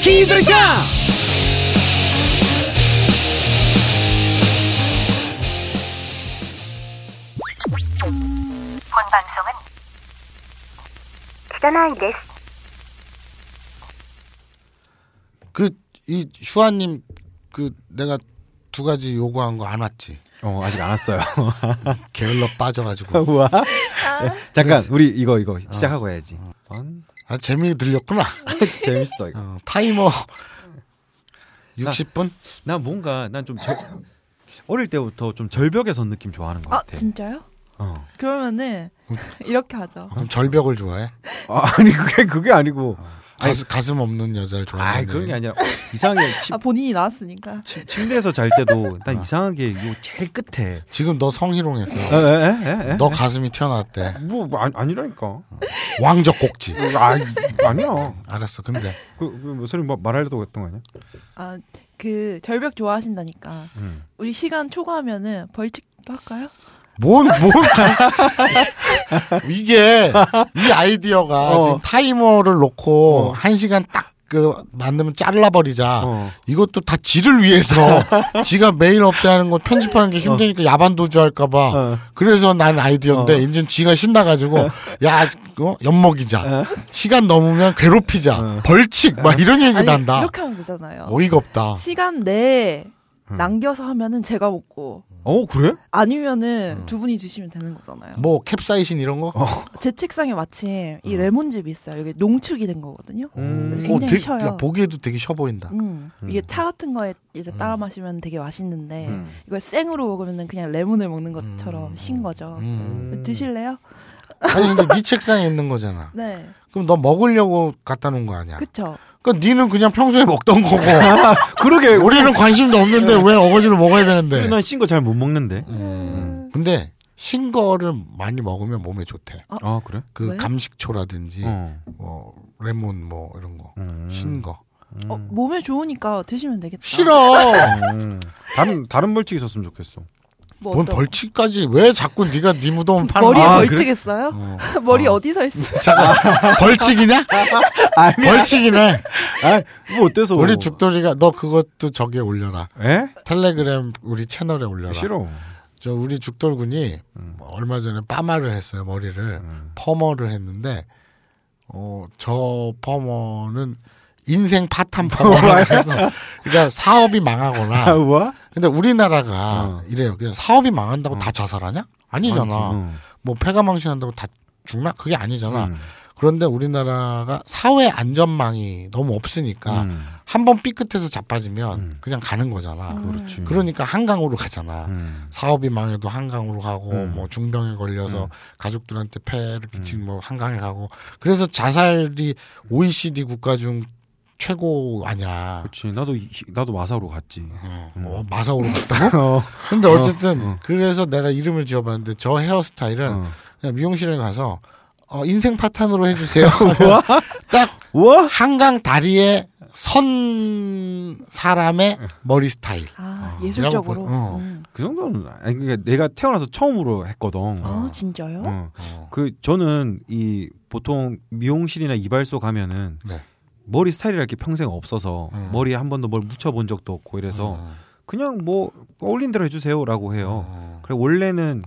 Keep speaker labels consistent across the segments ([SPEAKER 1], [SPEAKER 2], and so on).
[SPEAKER 1] 기술자
[SPEAKER 2] 본 방송은 대단하이 데스.
[SPEAKER 3] 그 이 슈아님 그 내가 두 가지 요구한 거 안 왔지.
[SPEAKER 4] 어 아직 뭐? 안 왔어요.
[SPEAKER 3] 게을러 빠져가지고
[SPEAKER 4] 우와. 네. 잠깐 우리 이거 이거 시작하고 해야지. 번.
[SPEAKER 3] 아, 재미 들렸구나.
[SPEAKER 4] 재밌어 이거.
[SPEAKER 3] 어, 타이머 60분
[SPEAKER 4] 나 뭔가 난 좀 어릴 때부터 좀 절벽에 선 느낌 좋아하는 것
[SPEAKER 5] 아
[SPEAKER 4] 같아.
[SPEAKER 5] 진짜요?
[SPEAKER 4] 어.
[SPEAKER 5] 그러면은 이렇게 하죠.
[SPEAKER 3] 그럼 절벽을 좋아해?
[SPEAKER 4] 아니 그게 그게 아니고.
[SPEAKER 3] 가슴, 가슴 없는 여자를 좋아해?
[SPEAKER 4] 아 그런 게 아니라 이상하게 침,
[SPEAKER 5] 아 본인이 나왔으니까.
[SPEAKER 4] 침, 침대에서 잘 때도 난 이상하게 요 제일 끝에.
[SPEAKER 3] 지금 너 성희롱했어.
[SPEAKER 4] 아. 에에에.
[SPEAKER 3] 너 가슴이 튀어나왔대.
[SPEAKER 4] 뭐 아니, 아니라니까.
[SPEAKER 3] 왕적 꼭지.
[SPEAKER 4] 아 아니야.
[SPEAKER 3] 알았어. 근데
[SPEAKER 4] 그뭐 소리 뭐 말하려고 했던 거 아니야?
[SPEAKER 5] 아 그 절벽 좋아하신다니까.
[SPEAKER 4] 음.
[SPEAKER 5] 우리 시간 초과하면은 벌칙 할까요?
[SPEAKER 3] 뭔 뭔? 이게 이 아이디어가 어.
[SPEAKER 4] 어.
[SPEAKER 3] 지금 타이머를 놓고 한 시간 딱 그 만들면 잘라버리자.
[SPEAKER 4] 어.
[SPEAKER 3] 이것도 다 지를 위해서 지가 매일 업데하는 거 편집하는 게 힘드니까 야반도주 할까봐
[SPEAKER 4] 어.
[SPEAKER 3] 그래서 난 아이디어인데 이제 지가 신나가지고 야 어? 어. 엿먹이자 시간 넘으면 괴롭히자 벌칙 막 이런 얘기 난다
[SPEAKER 5] 이렇게 하면 되잖아요.
[SPEAKER 3] 어이가 음. 없다
[SPEAKER 5] 시간 내에 남겨서 하면은 제가 먹고
[SPEAKER 4] 어 그래?
[SPEAKER 5] 아니면은 두 분이 드시면 되는 거잖아요.
[SPEAKER 3] 음. 뭐 캡사이신 이런 거
[SPEAKER 5] 어,
[SPEAKER 3] 어,
[SPEAKER 5] 제 책상에 마침 이 레몬즙이 있어요. 이게 농축이 된 거거든요.
[SPEAKER 4] 음.
[SPEAKER 5] 그래서
[SPEAKER 3] 어,
[SPEAKER 5] 굉장히
[SPEAKER 3] 되게,
[SPEAKER 5] 쉬어요.
[SPEAKER 3] 야, 보기에도 되게 쉬워 보인다 음.
[SPEAKER 5] 음. 이게 차 같은 거에 이제 따라 마시면 되게 맛있는데 이걸 생으로 먹으면 그냥 레몬을 먹는 것처럼 신 거죠.
[SPEAKER 3] 음.
[SPEAKER 5] 드실래요?
[SPEAKER 3] 아니 근데 네 책상에 있는 거잖아
[SPEAKER 5] 네,
[SPEAKER 3] 그럼 너 먹으려고 갖다 놓은 거 아니야
[SPEAKER 5] 그쵸.
[SPEAKER 3] 그러니까 니는 그냥 평소에 먹던 거고
[SPEAKER 4] 그러게.
[SPEAKER 3] 우리는 관심도 없는데 왜 어거지로 먹어야 되는데 음.
[SPEAKER 4] 난 신거 잘 못 먹는데.
[SPEAKER 3] 근데 신 거를 많이 먹으면 몸에 좋대.
[SPEAKER 4] 아 그래?
[SPEAKER 3] 그
[SPEAKER 5] 왜?
[SPEAKER 3] 감식초라든지
[SPEAKER 4] 어.
[SPEAKER 3] 뭐 레몬 뭐 이런 거.
[SPEAKER 4] 음.
[SPEAKER 3] 신 거.
[SPEAKER 5] 어, 몸에 좋으니까 드시면 되겠다.
[SPEAKER 3] 음. 싫어.
[SPEAKER 4] 음. 다른 다른 벌칙 있었으면 좋겠어.
[SPEAKER 5] 뭐
[SPEAKER 3] 뭔
[SPEAKER 5] 어떤-
[SPEAKER 3] 벌칙까지 왜 자꾸 네가 네 무덤 파는
[SPEAKER 5] 머리에
[SPEAKER 3] 거야?
[SPEAKER 5] 벌칙 있어요? 머리 어디서 있어?
[SPEAKER 3] 잠깐. 벌칙이냐? 벌칙이네.
[SPEAKER 4] 아, 뭐 어때서? 예?
[SPEAKER 3] 우리 죽돌이가 너 그것도 저기에 올려라.
[SPEAKER 4] 에?
[SPEAKER 3] 텔레그램 우리 채널에 올려라.
[SPEAKER 4] 싫어.
[SPEAKER 3] 저 우리 죽돌군이 뭐 얼마 전에 파마를 했어요 머리를 퍼머를 했는데 어저 퍼머는 인생 파탄 퍼머라고 해서 그러니까 사업이
[SPEAKER 4] 아, 어.
[SPEAKER 3] 망하거나
[SPEAKER 4] 뭐?
[SPEAKER 3] 근데 우리나라가 이래요 그냥 사업이 망한다고
[SPEAKER 4] 음.
[SPEAKER 3] 다 자살하냐 아니잖아 뭐 폐가망신한다고 다 죽나 그게 아니잖아
[SPEAKER 4] 음.
[SPEAKER 3] 그런데 우리나라가 사회 안전망이 너무 없으니까
[SPEAKER 4] 음.
[SPEAKER 3] 한 번 삐끗해서 자빠지면 그냥 가는 거잖아
[SPEAKER 4] 그렇지.
[SPEAKER 3] 그러니까 한강으로 가잖아
[SPEAKER 4] 음.
[SPEAKER 3] 사업이 망해도 한강으로 가고
[SPEAKER 4] 음.
[SPEAKER 3] 뭐 중병에 걸려서 가족들한테 폐를 끼치면 뭐 한강에 가고 그래서 자살이 OECD 국가 중 최고 아니야.
[SPEAKER 4] 그렇지. 나도 이- 나도 마사오로 갔지. 어.
[SPEAKER 3] 어, 뭐 마사오로
[SPEAKER 4] 음.
[SPEAKER 3] 갔다고? 근데 어쨌든 그래서 내가 이름을 지어봤는데 저 헤어스타일은
[SPEAKER 4] 어.
[SPEAKER 3] 그냥 미용실에 가서 어, 인생 파탄으로 해주세요.
[SPEAKER 4] 뭐?
[SPEAKER 3] 딱
[SPEAKER 4] 우와.
[SPEAKER 3] 한강 다리에 선 사람의
[SPEAKER 4] 음.
[SPEAKER 3] 머리 음. 스타일.
[SPEAKER 5] 아,
[SPEAKER 3] 이라고
[SPEAKER 5] 예술적으로.
[SPEAKER 3] 볼- 어.
[SPEAKER 5] 음.
[SPEAKER 4] 그 정도는 아니 그러니까 내가 태어나서 처음으로 했거든.
[SPEAKER 5] 아, 진짜요?
[SPEAKER 3] 음.
[SPEAKER 4] 어. 그 저는 이 보통 미용실이나 이발소 가면은
[SPEAKER 3] 네. 음.
[SPEAKER 4] 머리 스타일이랄 게 평생 없어서 머리에 한 번도 뭘 묻혀본 적도 없고 이래서 그냥 뭐 어울린 대로 해주세요라고
[SPEAKER 3] 음.
[SPEAKER 4] 해요. 그래 원래는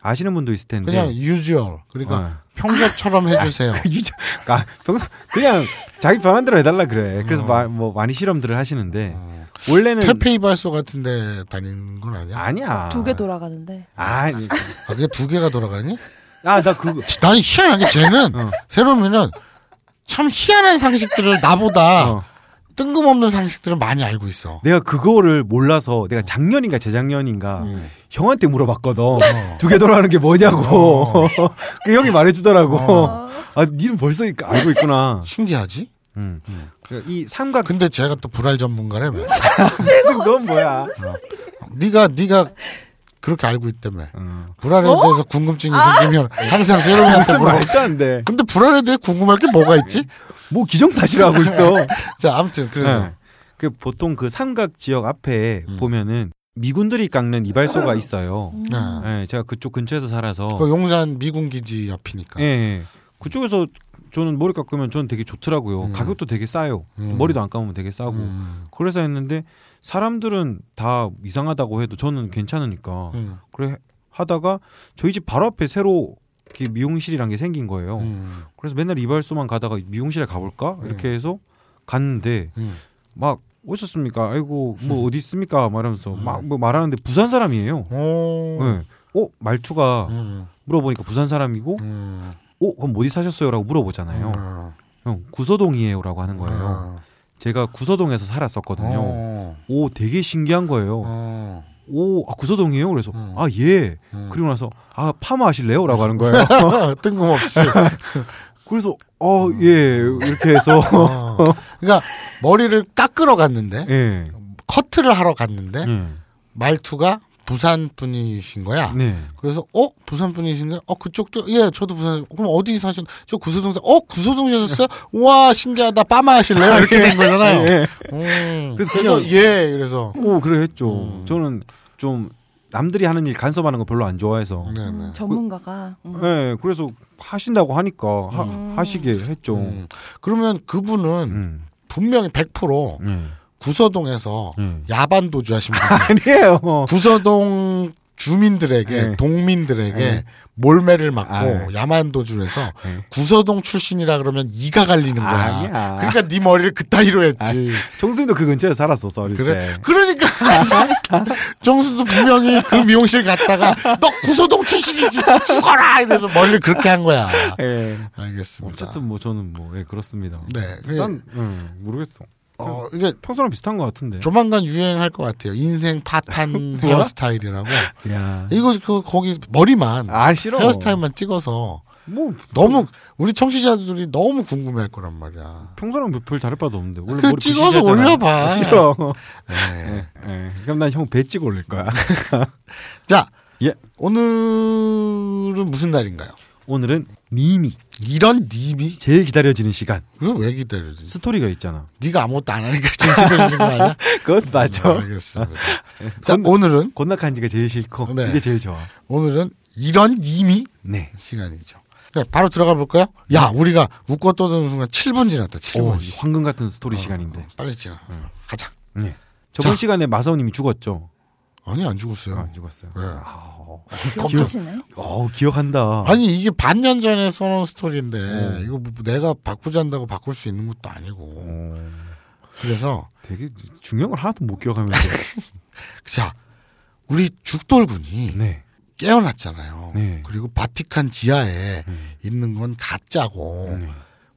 [SPEAKER 4] 아시는 분도 있을 텐데
[SPEAKER 3] 그냥 유주얼. 그러니까
[SPEAKER 4] 어.
[SPEAKER 3] 평소처럼 해주세요.
[SPEAKER 4] 유저- 아, 평소 그냥 자기 편한 대로 해달라 그래. 그래서 마- 뭐 많이 실험들을 하시는데 원래는
[SPEAKER 3] 퇴폐 이발소 같은데 다니는 건 아니야?
[SPEAKER 4] 아니야.
[SPEAKER 5] 두 개 돌아가는데.
[SPEAKER 4] 아니.
[SPEAKER 3] 아, 그게 두 개가 돌아가니?
[SPEAKER 4] 아나 그거
[SPEAKER 3] 난 희한한 게 쟤는
[SPEAKER 4] 어.
[SPEAKER 3] 새로미는 참 희한한 상식들을 나보다
[SPEAKER 4] 어.
[SPEAKER 3] 뜬금없는 상식들을 많이 알고 있어.
[SPEAKER 4] 내가 그거를 몰라서 내가 작년인가 재작년인가 형한테 어. 음. 물어봤거든. 두 개 돌아가는 게 뭐냐고. 그 형이 말해주더라고. 아 니는 벌써 이- 알고 있구나.
[SPEAKER 3] 신기하지?
[SPEAKER 4] 음. 그러니까 이 삼각
[SPEAKER 3] 근데 쟤가 또 불알 전문가라며.
[SPEAKER 4] 무슨 건 뭐야?
[SPEAKER 3] 네가 네가 그렇게 알고 있다며.
[SPEAKER 4] 음.
[SPEAKER 3] 불알에 대해서 궁금증이 생기면 항상 새로미한테
[SPEAKER 4] 무슨
[SPEAKER 3] 물어.
[SPEAKER 4] 말도 안 돼.
[SPEAKER 3] 근데 불알에 대해 궁금할 게 뭐가 있지?
[SPEAKER 4] 네. 뭐 기정사실하고 있어.
[SPEAKER 3] 자, 아무튼 그래서 음.
[SPEAKER 4] 네. 그 보통 그 삼각 지역 앞에 보면은 미군들이 깎는 이발소가
[SPEAKER 5] 음.
[SPEAKER 4] 있어요.
[SPEAKER 3] 네.
[SPEAKER 4] 예, 제가 그쪽 근처에서 살아서
[SPEAKER 3] 그 용산 미군 기지
[SPEAKER 4] 예,
[SPEAKER 3] 옆이니까.
[SPEAKER 4] 예. 그쪽에서 저는 머리 깎으면 저는 되게 좋더라고요.
[SPEAKER 3] 음.
[SPEAKER 4] 가격도 되게 싸요.
[SPEAKER 3] 음.
[SPEAKER 4] 머리도 안 감으면 되게 싸고.
[SPEAKER 3] 음.
[SPEAKER 4] 그래서 했는데 사람들은 다 이상하다고 해도 저는 괜찮으니까.
[SPEAKER 3] 음.
[SPEAKER 4] 그래 하다가 저희 집 바로 앞에 새로 이렇게 미용실이란 게 생긴 거예요.
[SPEAKER 3] 음.
[SPEAKER 4] 그래서 맨날 이발소만 가다가 미용실에 가볼까 이렇게 해서 갔는데
[SPEAKER 3] 음.
[SPEAKER 4] 막 오셨습니까? 아이고 뭐 어디 있습니까? 말하면서
[SPEAKER 3] 음.
[SPEAKER 4] 막 뭐 말하는데 부산 사람이에요.
[SPEAKER 3] 오.
[SPEAKER 4] 네. 어 말투가
[SPEAKER 3] 음.
[SPEAKER 4] 물어보니까 부산 사람이고
[SPEAKER 3] 음.
[SPEAKER 4] 어 그럼 어디 사셨어요라고 물어보잖아요.
[SPEAKER 3] 음.
[SPEAKER 4] 형 구서동이에요라고 하는
[SPEAKER 3] 아,
[SPEAKER 4] 거예요. 제가 구서동에서 살았었거든요.
[SPEAKER 3] 어.
[SPEAKER 4] 오 되게 신기한 거예요.
[SPEAKER 3] 어.
[SPEAKER 4] 오 아, 구서동이에요. 그래서
[SPEAKER 3] 음.
[SPEAKER 4] 아 예.
[SPEAKER 3] 음.
[SPEAKER 4] 그리고 나서 아 파마 하실래요?라고 하는 거예요. 아.
[SPEAKER 3] 뜬금없이.
[SPEAKER 4] 그래서 어
[SPEAKER 3] 음.
[SPEAKER 4] 예 이렇게 해서
[SPEAKER 3] 어. 그러니까 머리를 깎으러 갔는데
[SPEAKER 4] 예.
[SPEAKER 3] 커트를 하러 갔는데
[SPEAKER 4] 예.
[SPEAKER 3] 말투가 부산 분이신 거야.
[SPEAKER 4] 네.
[SPEAKER 3] 그래서 어 부산 분이신가요? 어 그쪽도 예 저도 부산 그럼 어디 사신 저 구서동사 어 구서동사셨어요?
[SPEAKER 4] 네.
[SPEAKER 3] 와 신기하다 빠마 하실래요? 이렇게 된 거잖아요.
[SPEAKER 4] 예.
[SPEAKER 3] 음,
[SPEAKER 4] 그래서
[SPEAKER 3] 그래서, 예 그래서
[SPEAKER 4] 오 그래 했죠.
[SPEAKER 3] 음.
[SPEAKER 4] 저는 좀 남들이 하는 일 간섭하는 거 별로 안 좋아해서.
[SPEAKER 3] 네, 네.
[SPEAKER 5] 음, 전문가가 음.
[SPEAKER 4] 예. 그래서 하신다고 하니까 하,
[SPEAKER 5] 음.
[SPEAKER 4] 하시게 했죠.
[SPEAKER 3] 음. 그러면 그분은
[SPEAKER 4] 음.
[SPEAKER 3] 분명히 100%
[SPEAKER 4] 예.
[SPEAKER 3] 구서동에서
[SPEAKER 4] 예.
[SPEAKER 3] 야반 도주하신 분이에요.
[SPEAKER 4] 아니에요.
[SPEAKER 3] 어. 구서동 주민들에게
[SPEAKER 4] 네.
[SPEAKER 3] 동민들에게
[SPEAKER 4] 네.
[SPEAKER 3] 몰매를 맞고
[SPEAKER 4] 아, 네.
[SPEAKER 3] 야만 도주를 해서
[SPEAKER 4] 네.
[SPEAKER 3] 구서동 출신이라 그러면 이가 갈리는 거야.
[SPEAKER 4] 아니야.
[SPEAKER 3] 그러니까 네 머리를 그따위로 했지.
[SPEAKER 4] 정수님도 그 근처에 살았었어 어릴
[SPEAKER 3] 그래.
[SPEAKER 4] 때.
[SPEAKER 3] 그러니까 정순도 분명히 그 미용실 갔다가 너 구서동 출신이지 죽어라 이래서 머리를 그렇게 한 거야.
[SPEAKER 4] 예.
[SPEAKER 3] 알겠습니다.
[SPEAKER 4] 어쨌든 뭐 저는 뭐 예 그렇습니다.
[SPEAKER 3] 네, 그래,
[SPEAKER 4] 일단 음, 모르겠어.
[SPEAKER 3] 어 이게
[SPEAKER 4] 평소랑 비슷한 것 같은데.
[SPEAKER 3] 조만간 유행할 것 같아요. 인생 파탄 헤어스타일이라고.
[SPEAKER 4] 야.
[SPEAKER 3] 이거 그 거기 머리만
[SPEAKER 4] 아 싫어.
[SPEAKER 3] 헤어스타일만 찍어서
[SPEAKER 4] 뭐
[SPEAKER 3] 너무 우리 청취자들이 너무 궁금해할 거란 말이야.
[SPEAKER 4] 평소랑 별 다를 바도 없는데 원래
[SPEAKER 3] 그
[SPEAKER 4] 머리
[SPEAKER 3] 찍어서
[SPEAKER 4] 부시시하잖아.
[SPEAKER 3] 올려봐.
[SPEAKER 4] 싫어.
[SPEAKER 3] 네.
[SPEAKER 4] 예. 그럼 난 형 배 찍어 올릴 거야.
[SPEAKER 3] 자,
[SPEAKER 4] 예.
[SPEAKER 3] 오늘은 무슨 날인가요?
[SPEAKER 4] 오늘은 님이
[SPEAKER 3] 이런 님이
[SPEAKER 4] 제일 기다려지는 시간
[SPEAKER 3] 그걸 왜 기다려지?
[SPEAKER 4] 스토리가 있잖아.
[SPEAKER 3] 네가 아무것도 안 하니까 지금 기다리는 거 아니야?
[SPEAKER 4] 그건
[SPEAKER 3] 음, 알겠습니다. 자, 오늘은
[SPEAKER 4] 곤낙한 지가 제일 싫고
[SPEAKER 3] 네.
[SPEAKER 4] 이게 제일 좋아.
[SPEAKER 3] 오늘은 이런 님이
[SPEAKER 4] 네.
[SPEAKER 3] 시간이죠. 그냥 바로 들어가 볼까요? 야, 우리가 웃고 떠드는 순간 7분 지났다.
[SPEAKER 4] 오,
[SPEAKER 3] 7분.
[SPEAKER 4] 이 황금 같은 스토리 시간인데.
[SPEAKER 3] 빨리 지나. 가자.
[SPEAKER 4] 네. 저번
[SPEAKER 3] 자.
[SPEAKER 4] 시간에 마사오님이 죽었죠.
[SPEAKER 3] 아니 안
[SPEAKER 4] 아,
[SPEAKER 3] 죽었어요.
[SPEAKER 4] 안 죽었어요. 아,
[SPEAKER 3] 네.
[SPEAKER 5] 아,
[SPEAKER 3] 검증.
[SPEAKER 5] 기억하시네.
[SPEAKER 4] 어 기억한다.
[SPEAKER 3] 아니 이게 반년 전에 써놓은 스토리인데
[SPEAKER 4] 어.
[SPEAKER 3] 이거 뭐 내가 바꾸자한다고 바꿀 수 있는 것도 아니고
[SPEAKER 4] 어,
[SPEAKER 3] 그래서
[SPEAKER 4] 되게 중요한 걸 하나도 못 기억하면서.
[SPEAKER 3] 자 우리 죽돌군이
[SPEAKER 4] 네.
[SPEAKER 3] 깨어났잖아요.
[SPEAKER 4] 네.
[SPEAKER 3] 그리고 바티칸 지하에 있는 건 가짜고
[SPEAKER 4] 네.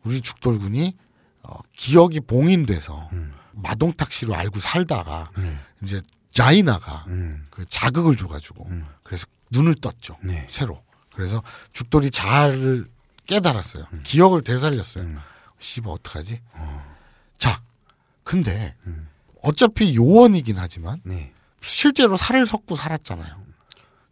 [SPEAKER 3] 우리 죽돌군이 어, 기억이 봉인돼서
[SPEAKER 4] 음.
[SPEAKER 3] 마동탁시로 알고 살다가 이제 자이나가
[SPEAKER 4] 네. 음.
[SPEAKER 3] 그 자극을 줘가지고 그래서 눈을 떴죠
[SPEAKER 4] 네.
[SPEAKER 3] 새로 그래서 죽돌이 자아를 깨달았어요
[SPEAKER 4] 음.
[SPEAKER 3] 기억을 되살렸어요 씨발 어떡하지 자 근데
[SPEAKER 4] 음.
[SPEAKER 3] 어차피 요원이긴 하지만
[SPEAKER 4] 네.
[SPEAKER 3] 실제로 살을 섞고 살았잖아요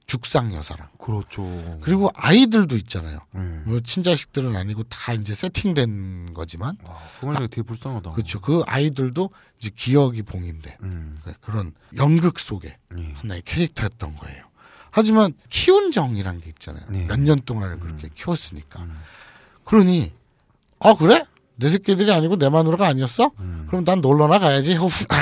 [SPEAKER 3] 죽상 여사랑
[SPEAKER 4] 그렇죠.
[SPEAKER 3] 그리고 아이들도 있잖아요
[SPEAKER 4] 네.
[SPEAKER 3] 뭐 친자식들은 아니고 다 이제 세팅된 거지만
[SPEAKER 4] 와, 그 말이 되게 불쌍하다.
[SPEAKER 3] 그렇죠 그 아이들도 이제 기억이 봉인데
[SPEAKER 4] 음.
[SPEAKER 3] 네, 그런 연극 속에
[SPEAKER 4] 네.
[SPEAKER 3] 하나의 캐릭터였던 거예요. 하지만 키운 정이란 게 있잖아요.
[SPEAKER 4] 네.
[SPEAKER 3] 몇 년 동안을 그렇게 키웠으니까.
[SPEAKER 4] 음.
[SPEAKER 3] 그러니 아 그래? 내 새끼들이 아니고 내 마누라가 아니었어?
[SPEAKER 4] 음.
[SPEAKER 3] 그럼 난 놀러나 가야지. 호후, 가.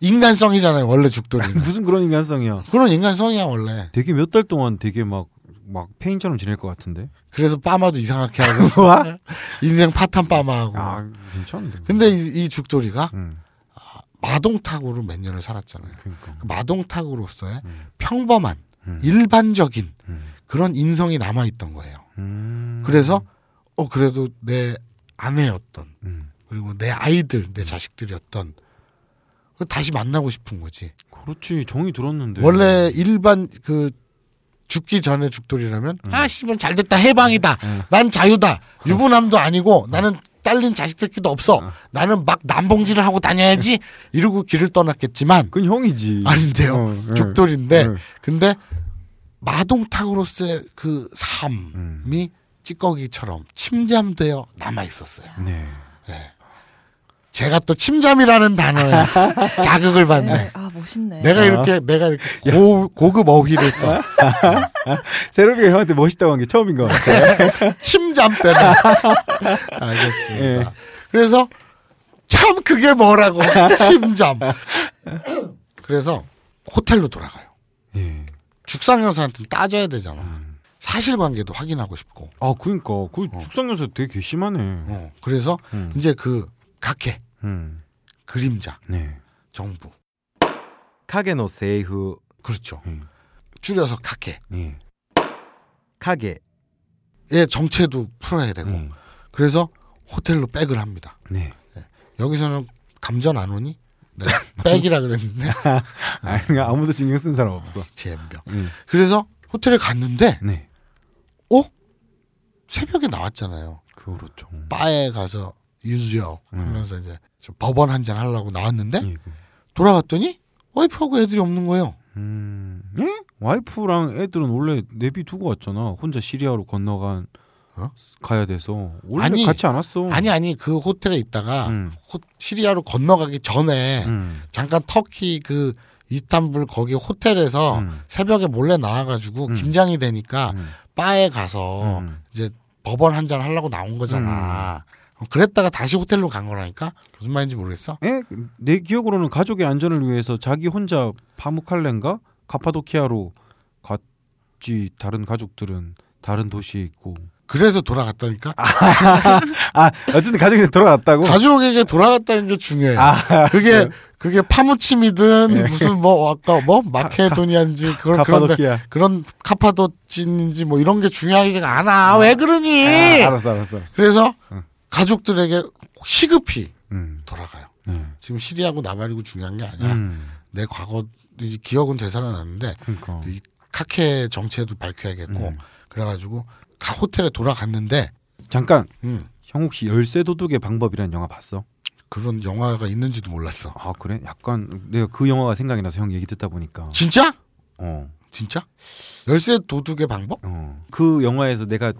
[SPEAKER 3] 인간성이잖아요. 원래 죽돌이는.
[SPEAKER 4] 무슨 그런 인간성이야.
[SPEAKER 3] 그런 인간성이야 원래.
[SPEAKER 4] 되게 몇 달 동안 되게 막, 막 페인처럼 지낼 것 같은데.
[SPEAKER 3] 그래서 빠마도 이상하게 하고 인생 파탄 빠마하고.
[SPEAKER 4] 뭐? 아, 괜찮은데.
[SPEAKER 3] 근데 이, 이 죽돌이가
[SPEAKER 4] 음,
[SPEAKER 3] 마동탁으로 몇 년을 살았잖아요.
[SPEAKER 4] 그러니까.
[SPEAKER 3] 그 마동탁으로서의 평범한 일반적인 그런 인성이 남아 있던 거예요.
[SPEAKER 4] 음,
[SPEAKER 3] 그래서 어 그래도 내 아내였던
[SPEAKER 4] 음.
[SPEAKER 3] 그리고 내 아이들 내 자식들이었던 그 다시 만나고 싶은 거지.
[SPEAKER 4] 그렇지. 정이 들었는데.
[SPEAKER 3] 원래 일반 그 죽기 전에 죽돌이라면
[SPEAKER 4] 음.
[SPEAKER 3] 아 씨발 잘됐다 해방이다 난
[SPEAKER 4] 어.
[SPEAKER 3] 자유다 유부남도 아니고 나는 딸린 자식 새끼도 없어 나는 막 남봉지를 하고
[SPEAKER 4] 네.
[SPEAKER 3] 다녀야지 이러고 길을 떠났겠지만
[SPEAKER 4] 그건 형이지.
[SPEAKER 3] 음. 아닌데요.
[SPEAKER 4] 어, 예.
[SPEAKER 3] 죽돌인데
[SPEAKER 4] 네.
[SPEAKER 3] 근데 마동탁으로서의 그 삶이
[SPEAKER 4] 음.
[SPEAKER 3] 찌꺼기처럼 침잠되어 남아 있었어요.
[SPEAKER 4] 네.
[SPEAKER 3] 제가 또 침잠이라는 단어에 자극을 받네.
[SPEAKER 5] 네. 아 멋있네.
[SPEAKER 4] 어.
[SPEAKER 3] 내가 이렇게 내가 이렇게 고, 고급 어휘를 써
[SPEAKER 4] 세로비가 형한테 멋있다고 한 게 처음인 것 같아요.
[SPEAKER 3] 침잠 때문에 알겠습니다.
[SPEAKER 4] 예.
[SPEAKER 3] 그래서 참 그게 뭐라고 침잠. 그래서 호텔로 돌아가요.
[SPEAKER 4] 예.
[SPEAKER 3] 죽상 여사한테는 따져야 되잖아.
[SPEAKER 4] 음.
[SPEAKER 3] 사실관계도 확인하고 싶고.
[SPEAKER 4] 아 그러니까 그 축성연사 되게 괘씸하네.
[SPEAKER 3] 어, 그래서
[SPEAKER 4] 음.
[SPEAKER 3] 이제 그 각해,
[SPEAKER 4] 음.
[SPEAKER 3] 그림자,
[SPEAKER 4] 네.
[SPEAKER 3] 정부.
[SPEAKER 4] 카게노 세이후
[SPEAKER 3] 그렇죠.
[SPEAKER 4] 음.
[SPEAKER 3] 줄여서 각해.
[SPEAKER 4] 예. 카게
[SPEAKER 3] 의 예, 정체도 풀어야 되고.
[SPEAKER 4] 음.
[SPEAKER 3] 그래서 호텔로 백을 합니다.
[SPEAKER 4] 네.
[SPEAKER 3] 여기서는 감전 안 오니? 네, 백이라 그랬는데
[SPEAKER 4] 아니 아무도 신경 쓴 사람 없어.
[SPEAKER 3] 제병.
[SPEAKER 4] 아, 음.
[SPEAKER 3] 그래서 호텔에 갔는데
[SPEAKER 4] 네.
[SPEAKER 3] 어? 새벽에 나왔잖아요.
[SPEAKER 4] 그렇죠.
[SPEAKER 3] 바에 가서 유즈요
[SPEAKER 4] 음.
[SPEAKER 3] 하면서 이제 저 버번 한 잔 하려고 나왔는데
[SPEAKER 4] 예, 그-
[SPEAKER 3] 돌아갔더니 와이프하고 애들이 없는 거예요.
[SPEAKER 4] 음. 예? 와이프랑 애들은 원래 내비 두고 왔잖아. 혼자 시리아로 건너간
[SPEAKER 3] 어?
[SPEAKER 4] 가야 돼서 원래
[SPEAKER 3] 아니,
[SPEAKER 4] 같이 안 왔어.
[SPEAKER 3] 아니 아니 그 호텔에 있다가
[SPEAKER 4] 음.
[SPEAKER 3] 호- 시리아로 건너가기 전에
[SPEAKER 4] 음.
[SPEAKER 3] 잠깐 터키 그 이스탄불 거기 호텔에서
[SPEAKER 4] 음.
[SPEAKER 3] 새벽에 몰래 나와가지고
[SPEAKER 4] 음.
[SPEAKER 3] 김장이 되니까
[SPEAKER 4] 음.
[SPEAKER 3] 바에 가서
[SPEAKER 4] 음.
[SPEAKER 3] 이제 버번 한 잔 하려고 나온 거잖아. 어, 그랬다가 다시 호텔로 간 거라니까 무슨 말인지 모르겠어.
[SPEAKER 4] 예? 내 기억으로는 가족의 안전을 위해서 자기 혼자 파무칼렌가 카파도키아로 갔지 다른 가족들은 다른 도시에 있고
[SPEAKER 3] 그래서 돌아갔다니까 그
[SPEAKER 4] 아 어쨌든 가족이 돌아갔다고
[SPEAKER 3] 가족에게 돌아갔다는 게 중요해요. 그게
[SPEAKER 4] 네.
[SPEAKER 3] 그게 파무침이든 무슨 뭐 아까 뭐 마케도니아인지 그런 그런데
[SPEAKER 4] 카파도키아
[SPEAKER 3] 그런 카파도치인지 뭐 이런 게 중요하지가 않아. 왜 그러니?
[SPEAKER 4] 아, 알았어 알았어 알았어
[SPEAKER 3] 그래서
[SPEAKER 4] 응.
[SPEAKER 3] 가족들에게 시급히
[SPEAKER 4] 음.
[SPEAKER 3] 돌아가요.
[SPEAKER 4] 네.
[SPEAKER 3] 지금 시리하고 나발이고 중요한 게 아니야.
[SPEAKER 4] 음.
[SPEAKER 3] 내 과거 이 기억은 되살아났는데
[SPEAKER 4] 그러니까
[SPEAKER 3] 이 카케 정체도 밝혀야겠고
[SPEAKER 4] 음.
[SPEAKER 3] 그래가지고 가 호텔에 돌아갔는데
[SPEAKER 4] 잠깐
[SPEAKER 3] 음,
[SPEAKER 4] 형 혹시 열쇠 도둑의 방법이라는 영화 봤어?
[SPEAKER 3] 그런 영화가 있는지도 몰랐어.
[SPEAKER 4] 아 그래? 약간 내가 그 영화가 생각이 나서 형 얘기 듣다 보니까
[SPEAKER 3] 진짜?
[SPEAKER 4] 어.
[SPEAKER 3] 진짜? 열쇠 도둑의 방법?
[SPEAKER 4] 어. 그 영화에서 내가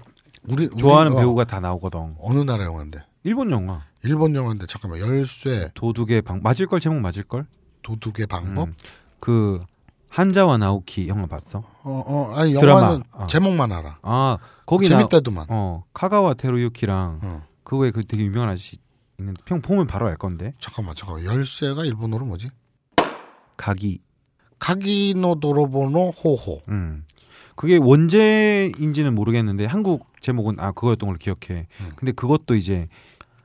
[SPEAKER 3] 우리 우리-
[SPEAKER 4] 좋아하는
[SPEAKER 3] 어,
[SPEAKER 4] 배우가 다 나오거든
[SPEAKER 3] 어느 나라 영화인데?
[SPEAKER 4] 일본 영화
[SPEAKER 3] 일본 영화인데 잠깐만 열쇠
[SPEAKER 4] 도둑의 방 맞을걸 제목 맞을걸?
[SPEAKER 3] 도둑의 방법?
[SPEAKER 4] 음. 그 한자와 나오키 영화 봤어?
[SPEAKER 3] 어, 어, 아니
[SPEAKER 4] 드라마.
[SPEAKER 3] 영화는
[SPEAKER 4] 어.
[SPEAKER 3] 제목만 알아.
[SPEAKER 4] 아 거기 나
[SPEAKER 3] 재밌다더만.
[SPEAKER 4] 어, 카가와 테루유키랑
[SPEAKER 3] 어.
[SPEAKER 4] 그 외에 그 되게 유명한 아저씨 있는데 평 보면 바로 알 건데
[SPEAKER 3] 잠깐만 잠깐만 열쇠가 일본어로 뭐지?
[SPEAKER 4] 가기
[SPEAKER 3] 카기노 도로보노 호호.
[SPEAKER 4] 음. 그게 원제인지는 모르겠는데 한국 제목은 아 그거였던 걸로 기억해.
[SPEAKER 3] 음.
[SPEAKER 4] 근데 그것도 이제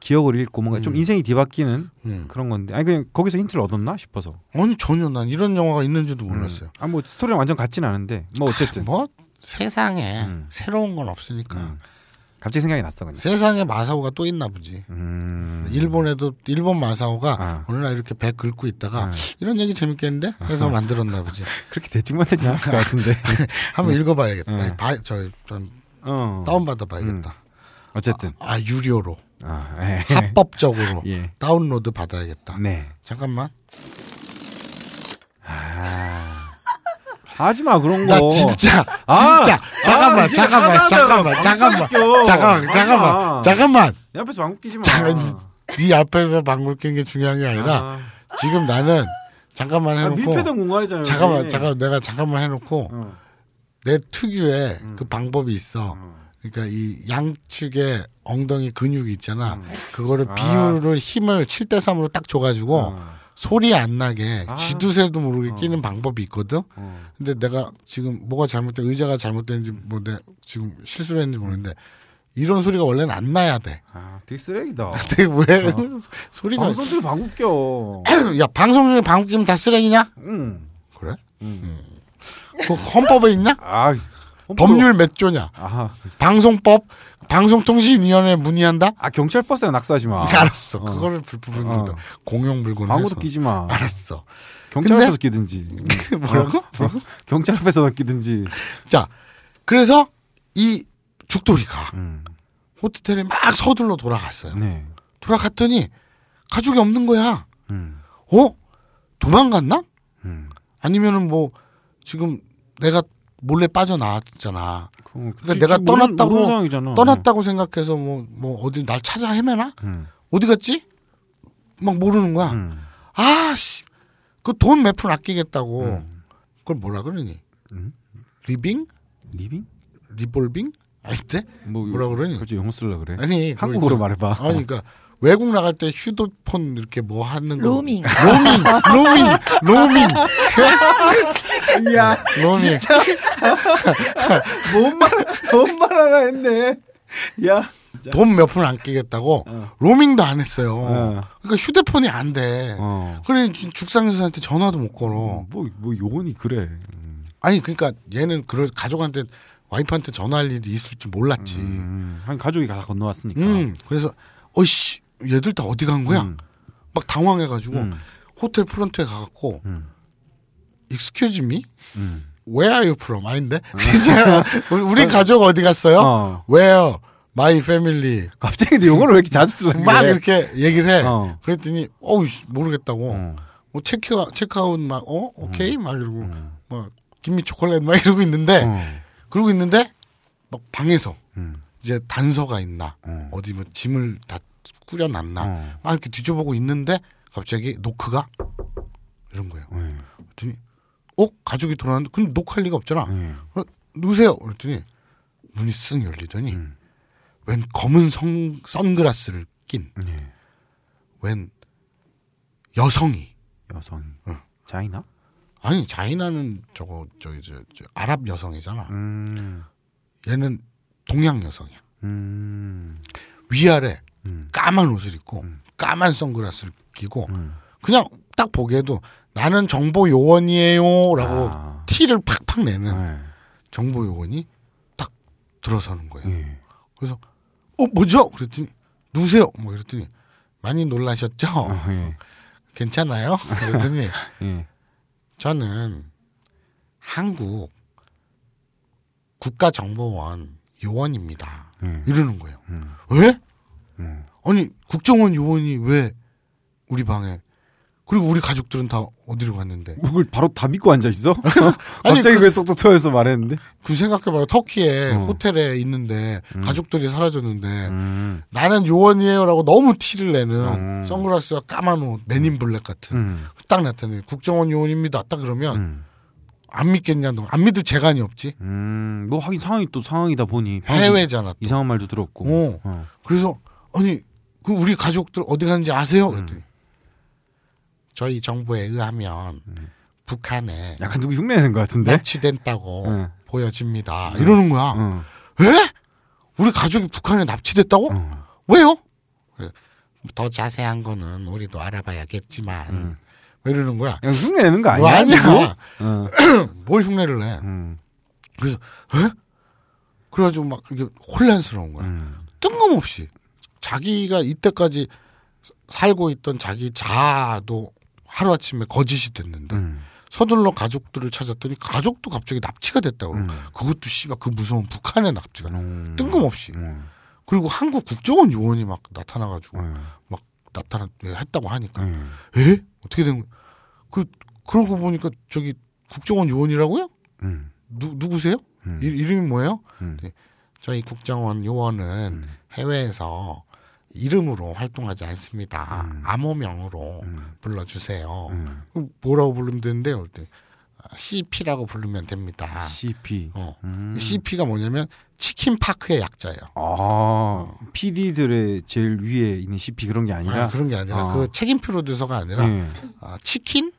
[SPEAKER 4] 기억을 잃고 뭔가 좀
[SPEAKER 3] 음.
[SPEAKER 4] 인생이 뒤바뀌는
[SPEAKER 3] 음.
[SPEAKER 4] 그런 건데 아니 그냥 거기서 힌트를 얻었나 싶어서
[SPEAKER 3] 아니 전혀 난 이런 영화가 있는지도 몰랐어요.
[SPEAKER 4] 아 뭐 스토리랑 완전 같진 않은데 뭐 어쨌든
[SPEAKER 3] 뭐 세상에
[SPEAKER 4] 음.
[SPEAKER 3] 새로운 건 없으니까
[SPEAKER 4] 음. 갑자기 생각이 났어 그냥.
[SPEAKER 3] 세상에 마사오가 또 있나 보지.
[SPEAKER 4] 음.
[SPEAKER 3] 일본에도 일본 마사오가
[SPEAKER 4] 아.
[SPEAKER 3] 오늘날 이렇게 배 긁고 있다가
[SPEAKER 4] 음.
[SPEAKER 3] 이런 얘기 재밌겠는데
[SPEAKER 4] 아.
[SPEAKER 3] 해서 만들었나 보지.
[SPEAKER 4] 그렇게 대충 만들지 않았을 것 같은데.
[SPEAKER 3] 한번 읽어봐야겠다.
[SPEAKER 4] 음.
[SPEAKER 3] 아니, 봐, 저, 좀
[SPEAKER 4] 어.
[SPEAKER 3] 다운받아 봐야겠다.
[SPEAKER 4] 어쨌든.
[SPEAKER 3] 아 유료로
[SPEAKER 4] 아, 예.
[SPEAKER 3] 합법적으로
[SPEAKER 4] 예.
[SPEAKER 3] 다운로드 받아야겠다.
[SPEAKER 4] 네.
[SPEAKER 3] 잠깐만.
[SPEAKER 4] 하지 마 그런
[SPEAKER 3] 나
[SPEAKER 4] 거.
[SPEAKER 3] 진짜
[SPEAKER 4] 어. 아!
[SPEAKER 3] 진짜
[SPEAKER 4] 아,
[SPEAKER 3] 잠깐만
[SPEAKER 4] 이제
[SPEAKER 3] 잠깐만
[SPEAKER 4] 하나하나
[SPEAKER 3] 잠깐만
[SPEAKER 4] 방귀
[SPEAKER 3] 잠깐만
[SPEAKER 4] 뀌어.
[SPEAKER 3] 잠깐만
[SPEAKER 4] 하지 마.
[SPEAKER 3] 잠깐만 잠깐만
[SPEAKER 4] 내 앞에서 방귀 끼지 마.
[SPEAKER 3] 잠깐 네 앞에서 방울 낀게 중요한 게 아니라
[SPEAKER 4] 아.
[SPEAKER 3] 지금 나는 잠깐만
[SPEAKER 4] 아,
[SPEAKER 3] 해놓고
[SPEAKER 4] 밀폐된 공간이잖아요.
[SPEAKER 3] 잠깐만
[SPEAKER 4] 여기.
[SPEAKER 3] 잠깐 내가 잠깐만 해놓고
[SPEAKER 4] 어. 음.
[SPEAKER 3] 내 특유의 그 방법이 있어. 그러니까 이 양측에 엉덩이 근육이 있잖아. 그거를
[SPEAKER 4] 아.
[SPEAKER 3] 비율을 힘을 7대 3으로 딱 줘가지고
[SPEAKER 4] 어.
[SPEAKER 3] 소리 안 나게
[SPEAKER 4] 아.
[SPEAKER 3] 지두새도 모르게 끼는 방법이 있거든.
[SPEAKER 4] 어.
[SPEAKER 3] 근데 내가 지금 뭐가 잘못된 의자가 잘못된지 뭐 내 지금 실수를 했는지 모르는데 이런 소리가 원래는 안 나야 돼.
[SPEAKER 4] 아, 되게 쓰레기다.
[SPEAKER 3] 근데 왜 소리가
[SPEAKER 4] 어. 방송 중에 방귀 껴.
[SPEAKER 3] 야 방송 중에 방귀 끼면 다 쓰레기냐?
[SPEAKER 4] 응.
[SPEAKER 3] 그래?
[SPEAKER 4] 응.
[SPEAKER 3] 그 헌법에 있냐?
[SPEAKER 4] 음. 아, 홈플러-
[SPEAKER 3] 음. 법률 몇 조냐?
[SPEAKER 4] 아,
[SPEAKER 3] 방송법 방송통신위원회 문의한다.
[SPEAKER 4] 아 경찰 버스랑 낙서하지 마.
[SPEAKER 3] 알았어. 그거를 불법인
[SPEAKER 4] 아. 어.
[SPEAKER 3] 거다. 공용 물건.
[SPEAKER 4] 방구도 끼지 마.
[SPEAKER 3] 알았어.
[SPEAKER 4] 경찰
[SPEAKER 3] 근데-
[SPEAKER 4] 앞에서 끼든지.
[SPEAKER 3] 뭐라고?
[SPEAKER 4] 어? 경찰 앞에서 끼든지.
[SPEAKER 3] 자, 그래서 이 죽돌이가
[SPEAKER 4] 음.
[SPEAKER 3] 호텔에 막 서둘러 돌아갔어요.
[SPEAKER 4] 네.
[SPEAKER 3] 돌아갔더니 가족이 없는 거야.
[SPEAKER 4] 음.
[SPEAKER 3] 어? 도망갔나?
[SPEAKER 4] 음.
[SPEAKER 3] 아니면은 뭐 지금 내가 몰래 빠져나왔잖아.
[SPEAKER 4] 그,
[SPEAKER 3] 그러니까 내가 떠났다고-
[SPEAKER 4] 모르는 상황이잖아.
[SPEAKER 3] 떠났다고 생각해서 뭐 뭐 어디 날 찾아 헤매나?
[SPEAKER 4] 음.
[SPEAKER 3] 어디 갔지? 막 모르는 거야.
[SPEAKER 4] 음.
[SPEAKER 3] 아씨, 그 돈 몇 푼 아끼겠다고
[SPEAKER 4] 음.
[SPEAKER 3] 그걸 뭐라 그러니?
[SPEAKER 4] 음?
[SPEAKER 3] 리빙?
[SPEAKER 4] 리빙?
[SPEAKER 3] 리볼빙? 아닌데?
[SPEAKER 4] 뭐
[SPEAKER 3] 뭐라 그러니?
[SPEAKER 4] 갑자기 영어 쓰려 그래?
[SPEAKER 3] 아니 그거
[SPEAKER 4] 한국어로
[SPEAKER 3] 있잖아.
[SPEAKER 4] 말해봐.
[SPEAKER 3] 아니 그러니까 외국 나갈 때 휴대폰 이렇게 뭐 하는 거
[SPEAKER 5] 로밍.
[SPEAKER 3] 로밍 로밍 로밍
[SPEAKER 4] 야
[SPEAKER 3] 로밍
[SPEAKER 4] 진짜 뭔말뭔말 하나 했네. 야.
[SPEAKER 3] 돈 몇 푼 안 끼겠다고 로밍도 안 했어요
[SPEAKER 4] 어.
[SPEAKER 3] 그러니까 휴대폰이 안돼
[SPEAKER 4] 어.
[SPEAKER 3] 그래 죽상여사한테 전화도 못 걸어
[SPEAKER 4] 뭐, 뭐 요원이 그래. 음.
[SPEAKER 3] 아니 그러니까 얘는 그럴 가족한테 와이프한테 전화할 일이 있을 줄 몰랐지 음,
[SPEAKER 4] 음, 한 가족이 다 건너왔으니까.
[SPEAKER 3] 그래서 어이씨 얘들 다 어디 간 거야
[SPEAKER 4] 음.
[SPEAKER 3] 막 당황해가지고
[SPEAKER 4] 음.
[SPEAKER 3] 호텔 프런트에 가갖고
[SPEAKER 4] 음.
[SPEAKER 3] Excuse me?
[SPEAKER 4] 음.
[SPEAKER 3] Where are you from? 아닌데? 진짜 우리, 우리 가족 어디 갔어요?
[SPEAKER 4] 어.
[SPEAKER 3] Where? My family.
[SPEAKER 4] 갑자기 근데 영어를 왜 이렇게 자주 쓰려 그래?
[SPEAKER 3] 막 이렇게 얘기를 해.
[SPEAKER 4] 어.
[SPEAKER 3] 그랬더니 어우 씨, 모르겠다고.
[SPEAKER 4] 어. 음.
[SPEAKER 3] 뭐 체크 체크아웃 막 어? 오케이? 막 이러고 막 김미 초콜릿 막 이러고 있는데
[SPEAKER 4] 어.
[SPEAKER 3] 그러고 있는데 막 방에서
[SPEAKER 4] 음.
[SPEAKER 3] 이제 단서가 있나
[SPEAKER 4] 음.
[SPEAKER 3] 어디 뭐 짐을 다 꾸려놨나
[SPEAKER 4] 어.
[SPEAKER 3] 막 이렇게 뒤져보고 있는데 갑자기 노크가 이런 거예요.
[SPEAKER 4] 네.
[SPEAKER 3] 그랬더니 어 가족이 돌아왔는데 근데 녹화할 리가 없잖아.
[SPEAKER 4] 네.
[SPEAKER 3] 어, 누구세요? 그랬더니 문이 쓱 열리더니
[SPEAKER 4] 음.
[SPEAKER 3] 웬 검은 성, 선글라스를 낀 웬
[SPEAKER 4] 네.
[SPEAKER 3] 여성이
[SPEAKER 4] 여성. 자이나?
[SPEAKER 3] 아니 자이나는 저거 저기 저, 저 아랍 여성이잖아.
[SPEAKER 4] 음.
[SPEAKER 3] 얘는 동양 여성이야.
[SPEAKER 4] 음.
[SPEAKER 3] 위아래
[SPEAKER 4] 음. 음.
[SPEAKER 3] 까만 옷을 입고 까만 선글라스를 끼고 그냥 딱 보기에도 나는 정보 요원이에요라고
[SPEAKER 4] 아.
[SPEAKER 3] 티를 팍팍 내는
[SPEAKER 4] 네.
[SPEAKER 3] 정보 요원이 딱 들어서는 거예요.
[SPEAKER 4] 예.
[SPEAKER 3] 그래서 어 뭐죠? 그랬더니 누구세요? 뭐 그랬더니 많이 놀라셨죠?
[SPEAKER 4] 어, 예.
[SPEAKER 3] 괜찮아요? 그랬더니
[SPEAKER 4] 예.
[SPEAKER 3] 저는 한국 국가정보원 요원입니다.
[SPEAKER 4] 음.
[SPEAKER 3] 이러는 거예요.
[SPEAKER 4] 음.
[SPEAKER 3] 왜?
[SPEAKER 4] 음.
[SPEAKER 3] 아니 국정원 요원이 왜 우리 방에 그리고 우리 가족들은 다 어디로 갔는데
[SPEAKER 4] 그걸 바로 다 믿고 앉아 있어?
[SPEAKER 3] 아니,
[SPEAKER 4] 갑자기
[SPEAKER 3] 그-
[SPEAKER 4] 왜 똑똑 터여서 말했는데?
[SPEAKER 3] 그 생각해봐라 터키에
[SPEAKER 4] 어.
[SPEAKER 3] 호텔에 있는데 가족들이 사라졌는데
[SPEAKER 4] 음.
[SPEAKER 3] 나는 요원이에요라고 너무 티를 내는
[SPEAKER 4] 음.
[SPEAKER 3] 선글라스와 까만 옷 맨인 블랙 같은
[SPEAKER 4] 음.
[SPEAKER 3] 딱 나타내 국정원 요원입니다 딱 그러면
[SPEAKER 4] 음.
[SPEAKER 3] 안 믿겠냐 너안 믿을 재간이 없지
[SPEAKER 4] 음. 뭐 하긴 상황이 또 상황이다 보니
[SPEAKER 3] 해외잖아 또.
[SPEAKER 4] 이상한 말도 들었고.
[SPEAKER 3] 어.
[SPEAKER 4] 어.
[SPEAKER 3] 그래서 아니 그 우리 가족들 어디 갔는지 아세요
[SPEAKER 4] 음.
[SPEAKER 3] 그랬더니 저희 정부에 의하면
[SPEAKER 4] 음.
[SPEAKER 3] 북한에
[SPEAKER 4] 약간 누구 흉내내는 것 같은데?
[SPEAKER 3] 납치됐다고
[SPEAKER 4] 네? 음.
[SPEAKER 3] 보여집니다 이러는 거야
[SPEAKER 4] 응.
[SPEAKER 3] 에? 우리 가족이 북한에 납치됐다고
[SPEAKER 4] 어.
[SPEAKER 3] 왜요? 그래, 더 자세한 거는 우리도 알아봐야겠지만 뭐 이러는 거야.
[SPEAKER 4] 그냥 흉내내는 거
[SPEAKER 3] 뭐
[SPEAKER 4] 음.
[SPEAKER 3] 아니야.
[SPEAKER 4] 아니야? 누구? 어.
[SPEAKER 3] 뭘 흉내를 내?
[SPEAKER 4] 음.
[SPEAKER 3] 그래서 에? 그래가지고 막 이게 혼란스러운 거야.
[SPEAKER 4] 음.
[SPEAKER 3] 뜬금없이 자기가 이때까지 살고 있던 자기 자아도 하루 아침에 거짓이 됐는데
[SPEAKER 4] 음.
[SPEAKER 3] 서둘러 가족들을 찾았더니 가족도 갑자기 납치가 됐다고. 그러고
[SPEAKER 4] 음.
[SPEAKER 3] 그것도 씨발 그 무서운 북한의 납치가
[SPEAKER 4] 음.
[SPEAKER 3] 뜬금없이
[SPEAKER 4] 음.
[SPEAKER 3] 그리고 한국 국정원 요원이 막 나타나가지고
[SPEAKER 4] 음.
[SPEAKER 3] 막 나타났 했다고 하니까
[SPEAKER 4] 음.
[SPEAKER 3] 에? 어떻게 된 거야? 그 그러고 보니까 저기 국정원 요원이라고요?
[SPEAKER 4] 음.
[SPEAKER 3] 누 누구세요?
[SPEAKER 4] 음.
[SPEAKER 3] 이, 이름이 뭐예요?
[SPEAKER 4] 음.
[SPEAKER 3] 네. 저희 국정원 요원은 해외에서 이름으로 활동하지 않습니다. 암호명으로 불러주세요.
[SPEAKER 4] 음.
[SPEAKER 3] 그럼 뭐라고 부르면 되는데요? 그때 CP라고 부르면 됩니다.
[SPEAKER 4] CP.
[SPEAKER 3] 어.
[SPEAKER 4] 음.
[SPEAKER 3] CP가 뭐냐면 치킨 파크의 약자예요.
[SPEAKER 4] 아, PD들의 제일 위에 있는 CP 그런 게 아니라.
[SPEAKER 3] 아, 그런 게 아니라
[SPEAKER 4] 아.
[SPEAKER 3] 그 책임 프로듀서가 아니라
[SPEAKER 4] 예.
[SPEAKER 3] 아, 치킨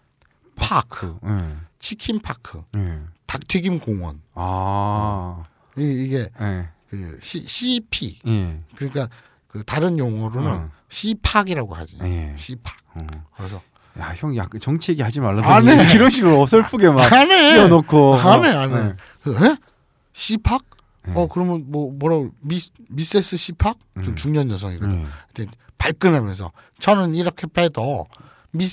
[SPEAKER 3] 파크,
[SPEAKER 4] 예.
[SPEAKER 3] 치킨 파크,
[SPEAKER 4] 예.
[SPEAKER 3] 닭튀김 공원. 어.
[SPEAKER 4] 아,
[SPEAKER 3] 이, 이게
[SPEAKER 4] 예.
[SPEAKER 3] 그 C, CP
[SPEAKER 4] 예.
[SPEAKER 3] 그러니까 그 다른 용어로는
[SPEAKER 4] 어.
[SPEAKER 3] C팍이라고 하지.
[SPEAKER 4] 예.
[SPEAKER 3] C팍.
[SPEAKER 4] 어.
[SPEAKER 3] 그래서
[SPEAKER 4] 야, 형, 야, 그 정치 얘기 하지 말라고.
[SPEAKER 3] 안 해.
[SPEAKER 4] 이런 식으로 어설프게 막
[SPEAKER 3] 안해.
[SPEAKER 4] 띄워놓고.
[SPEAKER 3] 안해 안해.
[SPEAKER 4] 예.
[SPEAKER 3] 에? C팍?
[SPEAKER 4] 예.
[SPEAKER 3] 어 그러면 뭐 뭐라고 미 미세스 C팍? 좀 중년 여성이거든.
[SPEAKER 4] 음. 예.
[SPEAKER 3] 근데 발끈하면서 저는 이렇게 빼도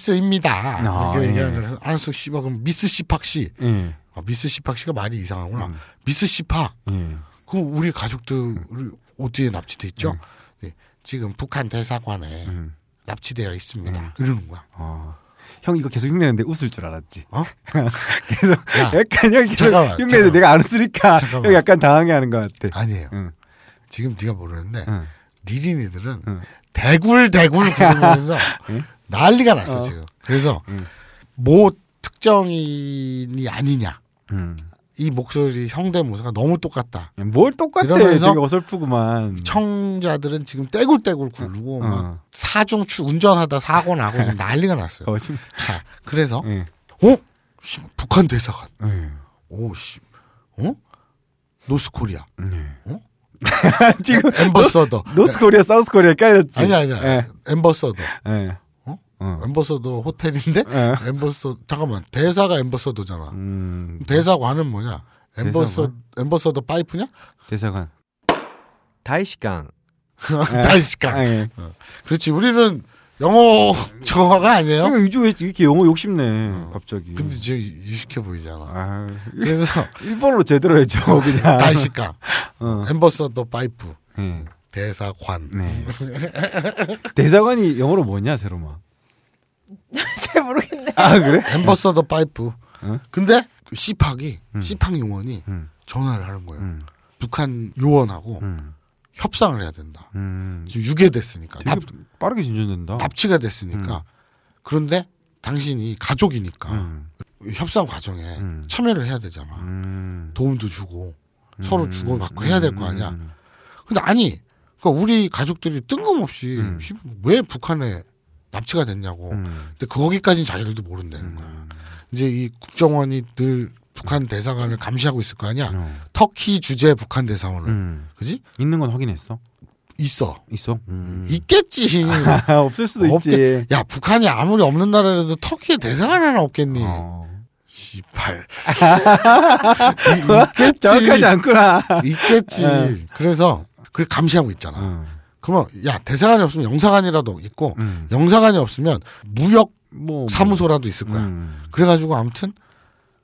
[SPEAKER 3] 미스입니다.
[SPEAKER 4] 아,
[SPEAKER 3] 이렇게 얘기하는
[SPEAKER 4] 예.
[SPEAKER 3] 거라서 알았어 씨발 그럼 미스 C팍 씨.
[SPEAKER 4] 예.
[SPEAKER 3] 아, 미스 C팍 씨가 말이 이상하구나.
[SPEAKER 4] 음.
[SPEAKER 3] 미스 C팍.
[SPEAKER 4] 예.
[SPEAKER 3] 그럼 우리 가족들이 어디에 납치돼 있죠? 네, 지금 북한 대사관에
[SPEAKER 4] 음.
[SPEAKER 3] 납치되어 있습니다. 이러는 거야.
[SPEAKER 4] 어. 형 이거 계속 흉내는데 웃을 줄 알았지.
[SPEAKER 3] 어?
[SPEAKER 4] 계속
[SPEAKER 3] 야.
[SPEAKER 4] 약간 형이 계속
[SPEAKER 3] 잠깐만,
[SPEAKER 4] 흉내는데
[SPEAKER 3] 잠깐만.
[SPEAKER 4] 내가 안 웃으니까
[SPEAKER 3] 잠깐만.
[SPEAKER 4] 형이 약간 당황해하는 것 같아.
[SPEAKER 3] 아니에요.
[SPEAKER 4] 응. 음.
[SPEAKER 3] 지금 네가 모르는데
[SPEAKER 4] 응. 음.
[SPEAKER 3] 니린이들은
[SPEAKER 4] 응.
[SPEAKER 3] 대굴 대굴 부르면서 난리가 났어 지금. 그래서
[SPEAKER 4] 음.
[SPEAKER 3] 뭐 특정인이 아니냐.
[SPEAKER 4] 음.
[SPEAKER 3] 이 목소리 형대모사가 너무 똑같다.
[SPEAKER 4] 뭘 똑같아.
[SPEAKER 3] 이러면서
[SPEAKER 4] 되게 어설프구만.
[SPEAKER 3] 청자들은 지금 떼굴떼굴
[SPEAKER 4] 음.
[SPEAKER 3] 굴르고 막
[SPEAKER 4] 어.
[SPEAKER 3] 사중 추 운전하다 사고 나고 지금 난리가 났어요.
[SPEAKER 4] 거짓말.
[SPEAKER 3] 자, 그래서
[SPEAKER 4] 예.
[SPEAKER 3] 어? 씨, 북한 대사관.
[SPEAKER 4] 예.
[SPEAKER 3] 오 씨. 어? 노스코리아.
[SPEAKER 4] 예.
[SPEAKER 3] 어?
[SPEAKER 4] 지금
[SPEAKER 3] 엠버서더.
[SPEAKER 4] 노스 코리아, 사우스 코리아 깔렸지.
[SPEAKER 3] 아니 아니야.
[SPEAKER 4] 예.
[SPEAKER 3] 엠버서더.
[SPEAKER 4] 예.
[SPEAKER 3] 어?
[SPEAKER 4] 어.
[SPEAKER 3] 엠버서더 호텔인데
[SPEAKER 4] 예.
[SPEAKER 3] 엠버서 잠깐만. 대사가 엠버서더잖아.
[SPEAKER 4] 음.
[SPEAKER 3] 대사관은 뭐냐? 엠버서
[SPEAKER 4] 대사관?
[SPEAKER 3] 엠버서더 파이프냐?
[SPEAKER 4] 대사관.
[SPEAKER 1] 다이시강
[SPEAKER 3] 다이시카.
[SPEAKER 4] 예.
[SPEAKER 3] 그렇지. 우리는 영어 정화가 아니에요.
[SPEAKER 4] 이거 요즘 왜 이렇게 영어 욕심내 갑자기.
[SPEAKER 3] 근데 지금 유식해 보이잖아.
[SPEAKER 4] 아,
[SPEAKER 3] 그래서
[SPEAKER 4] 일본어로 제대로 해줘 그냥.
[SPEAKER 3] 다이시카.
[SPEAKER 4] 어.
[SPEAKER 3] 엠버서더 파이프.
[SPEAKER 4] 예.
[SPEAKER 3] 대사관.
[SPEAKER 4] 네. 대사관이 영어로 뭐냐 세로마.
[SPEAKER 5] 잘 모르겠네.
[SPEAKER 4] 아 그래?
[SPEAKER 3] 엠버서더 파이프.
[SPEAKER 4] 응?
[SPEAKER 3] 근데 그 시팍이 시팍 요원이
[SPEAKER 4] 음.
[SPEAKER 3] 전화를 하는 거예요.
[SPEAKER 4] 음.
[SPEAKER 3] 북한 요원하고
[SPEAKER 4] 음.
[SPEAKER 3] 협상을 해야 된다.
[SPEAKER 4] 음.
[SPEAKER 3] 지금 유괴됐으니까
[SPEAKER 4] 되게 빠르게 진전된다.
[SPEAKER 3] 납, 치가 됐으니까 그런데 당신이 가족이니까
[SPEAKER 4] 음.
[SPEAKER 3] 협상 과정에
[SPEAKER 4] 음.
[SPEAKER 3] 참여를 해야 되잖아.
[SPEAKER 4] 음.
[SPEAKER 3] 도움도 주고 서로 주고받고 해야 될 거 아니야.
[SPEAKER 4] 음.
[SPEAKER 3] 근데 아니, 그러니까 우리 가족들이 뜬금없이 씨, 왜 북한에 납치가 됐냐고.
[SPEAKER 4] 음.
[SPEAKER 3] 근데 거기까지는 자기들도 모른다는 거야. 이제 이 국정원이 늘 북한 대사관을 감시하고 있을 거 아니야.
[SPEAKER 4] 어.
[SPEAKER 3] 터키 주재 북한 대사원을
[SPEAKER 4] 음.
[SPEAKER 3] 그지?
[SPEAKER 4] 있는 건 확인했어?
[SPEAKER 3] 있어.
[SPEAKER 4] 있어?
[SPEAKER 3] 있겠지.
[SPEAKER 4] 음. 아, 없을 수도 있지.
[SPEAKER 3] 야 북한이 아무리 없는 나라라도 터키에 대사관 하나 없겠니?
[SPEAKER 4] 어.
[SPEAKER 3] 씨발.
[SPEAKER 4] 정확하지 않구나.
[SPEAKER 3] 있겠지. 그래서 그걸 감시하고 있잖아.
[SPEAKER 4] 어.
[SPEAKER 3] 그러면 야 대사관이 없으면 영사관이라도 있고
[SPEAKER 4] 음.
[SPEAKER 3] 영사관이 없으면 무역
[SPEAKER 4] 뭐
[SPEAKER 3] 사무소라도 있을 거야.
[SPEAKER 4] 음.
[SPEAKER 3] 그래가지고 아무튼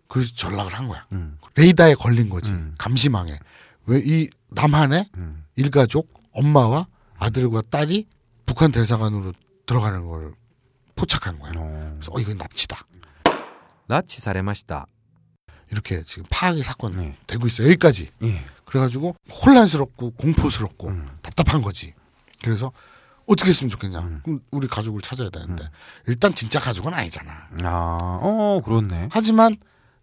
[SPEAKER 3] 그 전락을 한 거야.
[SPEAKER 4] 음.
[SPEAKER 3] 레이더에 걸린 거지.
[SPEAKER 4] 음.
[SPEAKER 3] 감시망에 왜 이 남한의
[SPEAKER 4] 음.
[SPEAKER 3] 일가족 엄마와 아들과 딸이 북한 대사관으로 들어가는 걸 포착한 거야.
[SPEAKER 4] 어.
[SPEAKER 3] 그래서 어 이건 납치다.
[SPEAKER 1] 라치 사레마시다
[SPEAKER 3] 이렇게 지금 파악이 사건 이
[SPEAKER 4] 네.
[SPEAKER 3] 되고 있어 요 여기까지.
[SPEAKER 4] 예.
[SPEAKER 3] 그래가지고 혼란스럽고 공포스럽고
[SPEAKER 4] 음.
[SPEAKER 3] 답답한 거지. 그래서 어떻게 했으면 좋겠냐.
[SPEAKER 4] 음.
[SPEAKER 3] 그럼 우리 가족을 찾아야 되는데 일단 진짜 가족은 아니잖아.
[SPEAKER 4] 아, 어, 그렇네.
[SPEAKER 3] 하지만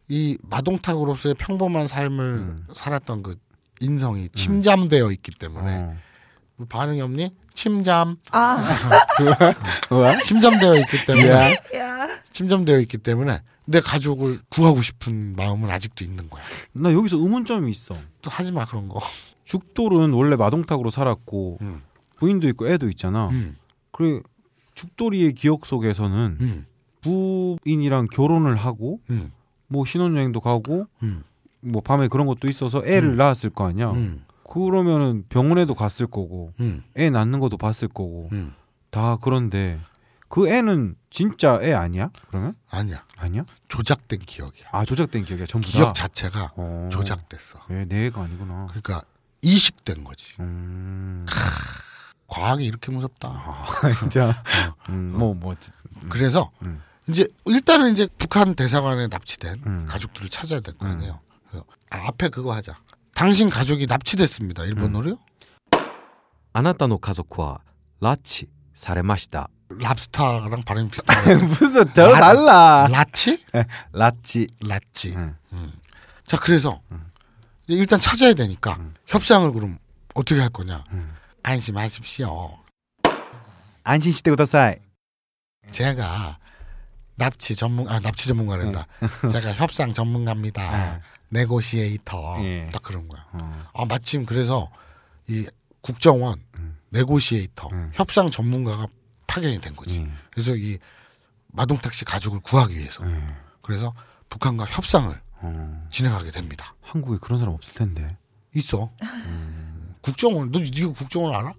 [SPEAKER 3] 이 마동탁으로서의 평범한 삶을
[SPEAKER 4] 음.
[SPEAKER 3] 살았던 그 인성이 침잠되어 있기 때문에
[SPEAKER 4] 어.
[SPEAKER 3] 뭐 반응이 없니? 침잠
[SPEAKER 5] 아,
[SPEAKER 4] 뭐야?
[SPEAKER 3] 침잠되어 있기 때문에
[SPEAKER 4] 야,
[SPEAKER 5] 야.
[SPEAKER 3] 침잠되어 있기 때문에 내 가족을 구하고 싶은 마음은 아직도 있는 거야.
[SPEAKER 4] 나 여기서 의문점이 있어.
[SPEAKER 3] 또 하지 마 그런 거.
[SPEAKER 4] 죽돌은 원래 마동탁으로 살았고
[SPEAKER 3] 음.
[SPEAKER 4] 부인도 있고 애도 있잖아.
[SPEAKER 3] 음,
[SPEAKER 4] 그래 죽돌이의 기억 속에서는
[SPEAKER 3] 음,
[SPEAKER 4] 부인이랑 결혼을 하고
[SPEAKER 3] 음,
[SPEAKER 4] 뭐 신혼여행도 가고
[SPEAKER 3] 음,
[SPEAKER 4] 뭐 밤에 그런 것도 있어서 애를 낳았을 거 아니야.
[SPEAKER 3] 음,
[SPEAKER 4] 그러면은 병원에도 갔을 거고
[SPEAKER 3] 음,
[SPEAKER 4] 애 낳는 것도 봤을 거고
[SPEAKER 3] 음.
[SPEAKER 4] 다 그런데 그 애는 진짜 애 아니야? 그러면
[SPEAKER 3] 아니야.
[SPEAKER 4] 아니야?
[SPEAKER 3] 조작된 기억이야.
[SPEAKER 4] 아 조작된 기억이야 전부 다.
[SPEAKER 3] 기억 자체가
[SPEAKER 4] 어.
[SPEAKER 3] 조작됐어.
[SPEAKER 4] 예, 내 애가 아니구나.
[SPEAKER 3] 그러니까 이식된 거지.
[SPEAKER 4] 음.
[SPEAKER 3] 과학이 이렇게 무섭다.
[SPEAKER 4] 아, 진짜. 음, 뭐 뭐.
[SPEAKER 3] 그래서
[SPEAKER 4] 음.
[SPEAKER 3] 이제 일단은 이제 북한 대사관에 납치된
[SPEAKER 4] 음.
[SPEAKER 3] 가족들을 찾아야 될 거 아니에요. 그래서 아, 앞에 그거 하자. 당신 가족이 납치됐습니다. 일본어로요?
[SPEAKER 1] あなたの家族は拉致されました
[SPEAKER 4] 음.
[SPEAKER 3] 랍스타랑 발음이 비슷하네.
[SPEAKER 4] 무슨 저 달라.
[SPEAKER 3] 라치?
[SPEAKER 4] 라치.
[SPEAKER 3] 라치.
[SPEAKER 4] 음.
[SPEAKER 3] 음. 자 그래서 이제 일단 찾아야 되니까
[SPEAKER 4] 음.
[SPEAKER 3] 협상을 그럼 어떻게 할 거냐? 안심하십시오.
[SPEAKER 4] 음. 안심시대 구다사이.
[SPEAKER 3] 제가 납치 전문 아 납치 전문가란다.
[SPEAKER 4] 음.
[SPEAKER 3] 제가 협상 전문가입니다. 네고시에이터
[SPEAKER 4] 예.
[SPEAKER 3] 딱 그런 거야.
[SPEAKER 4] 어.
[SPEAKER 3] 아 마침 그래서 이 국정원
[SPEAKER 4] 음.
[SPEAKER 3] 네고시에이터 협상 전문가가 파견이 된 거지.
[SPEAKER 4] 예.
[SPEAKER 3] 그래서 이 마동탁 씨 가족을 구하기 위해서
[SPEAKER 4] 예.
[SPEAKER 3] 그래서 북한과 협상을
[SPEAKER 4] 어.
[SPEAKER 3] 진행하게 됩니다.
[SPEAKER 4] 한국에 그런 사람 없을 텐데.
[SPEAKER 3] 있어.
[SPEAKER 4] 음.
[SPEAKER 3] 국정원 너 네가 국정원 알아?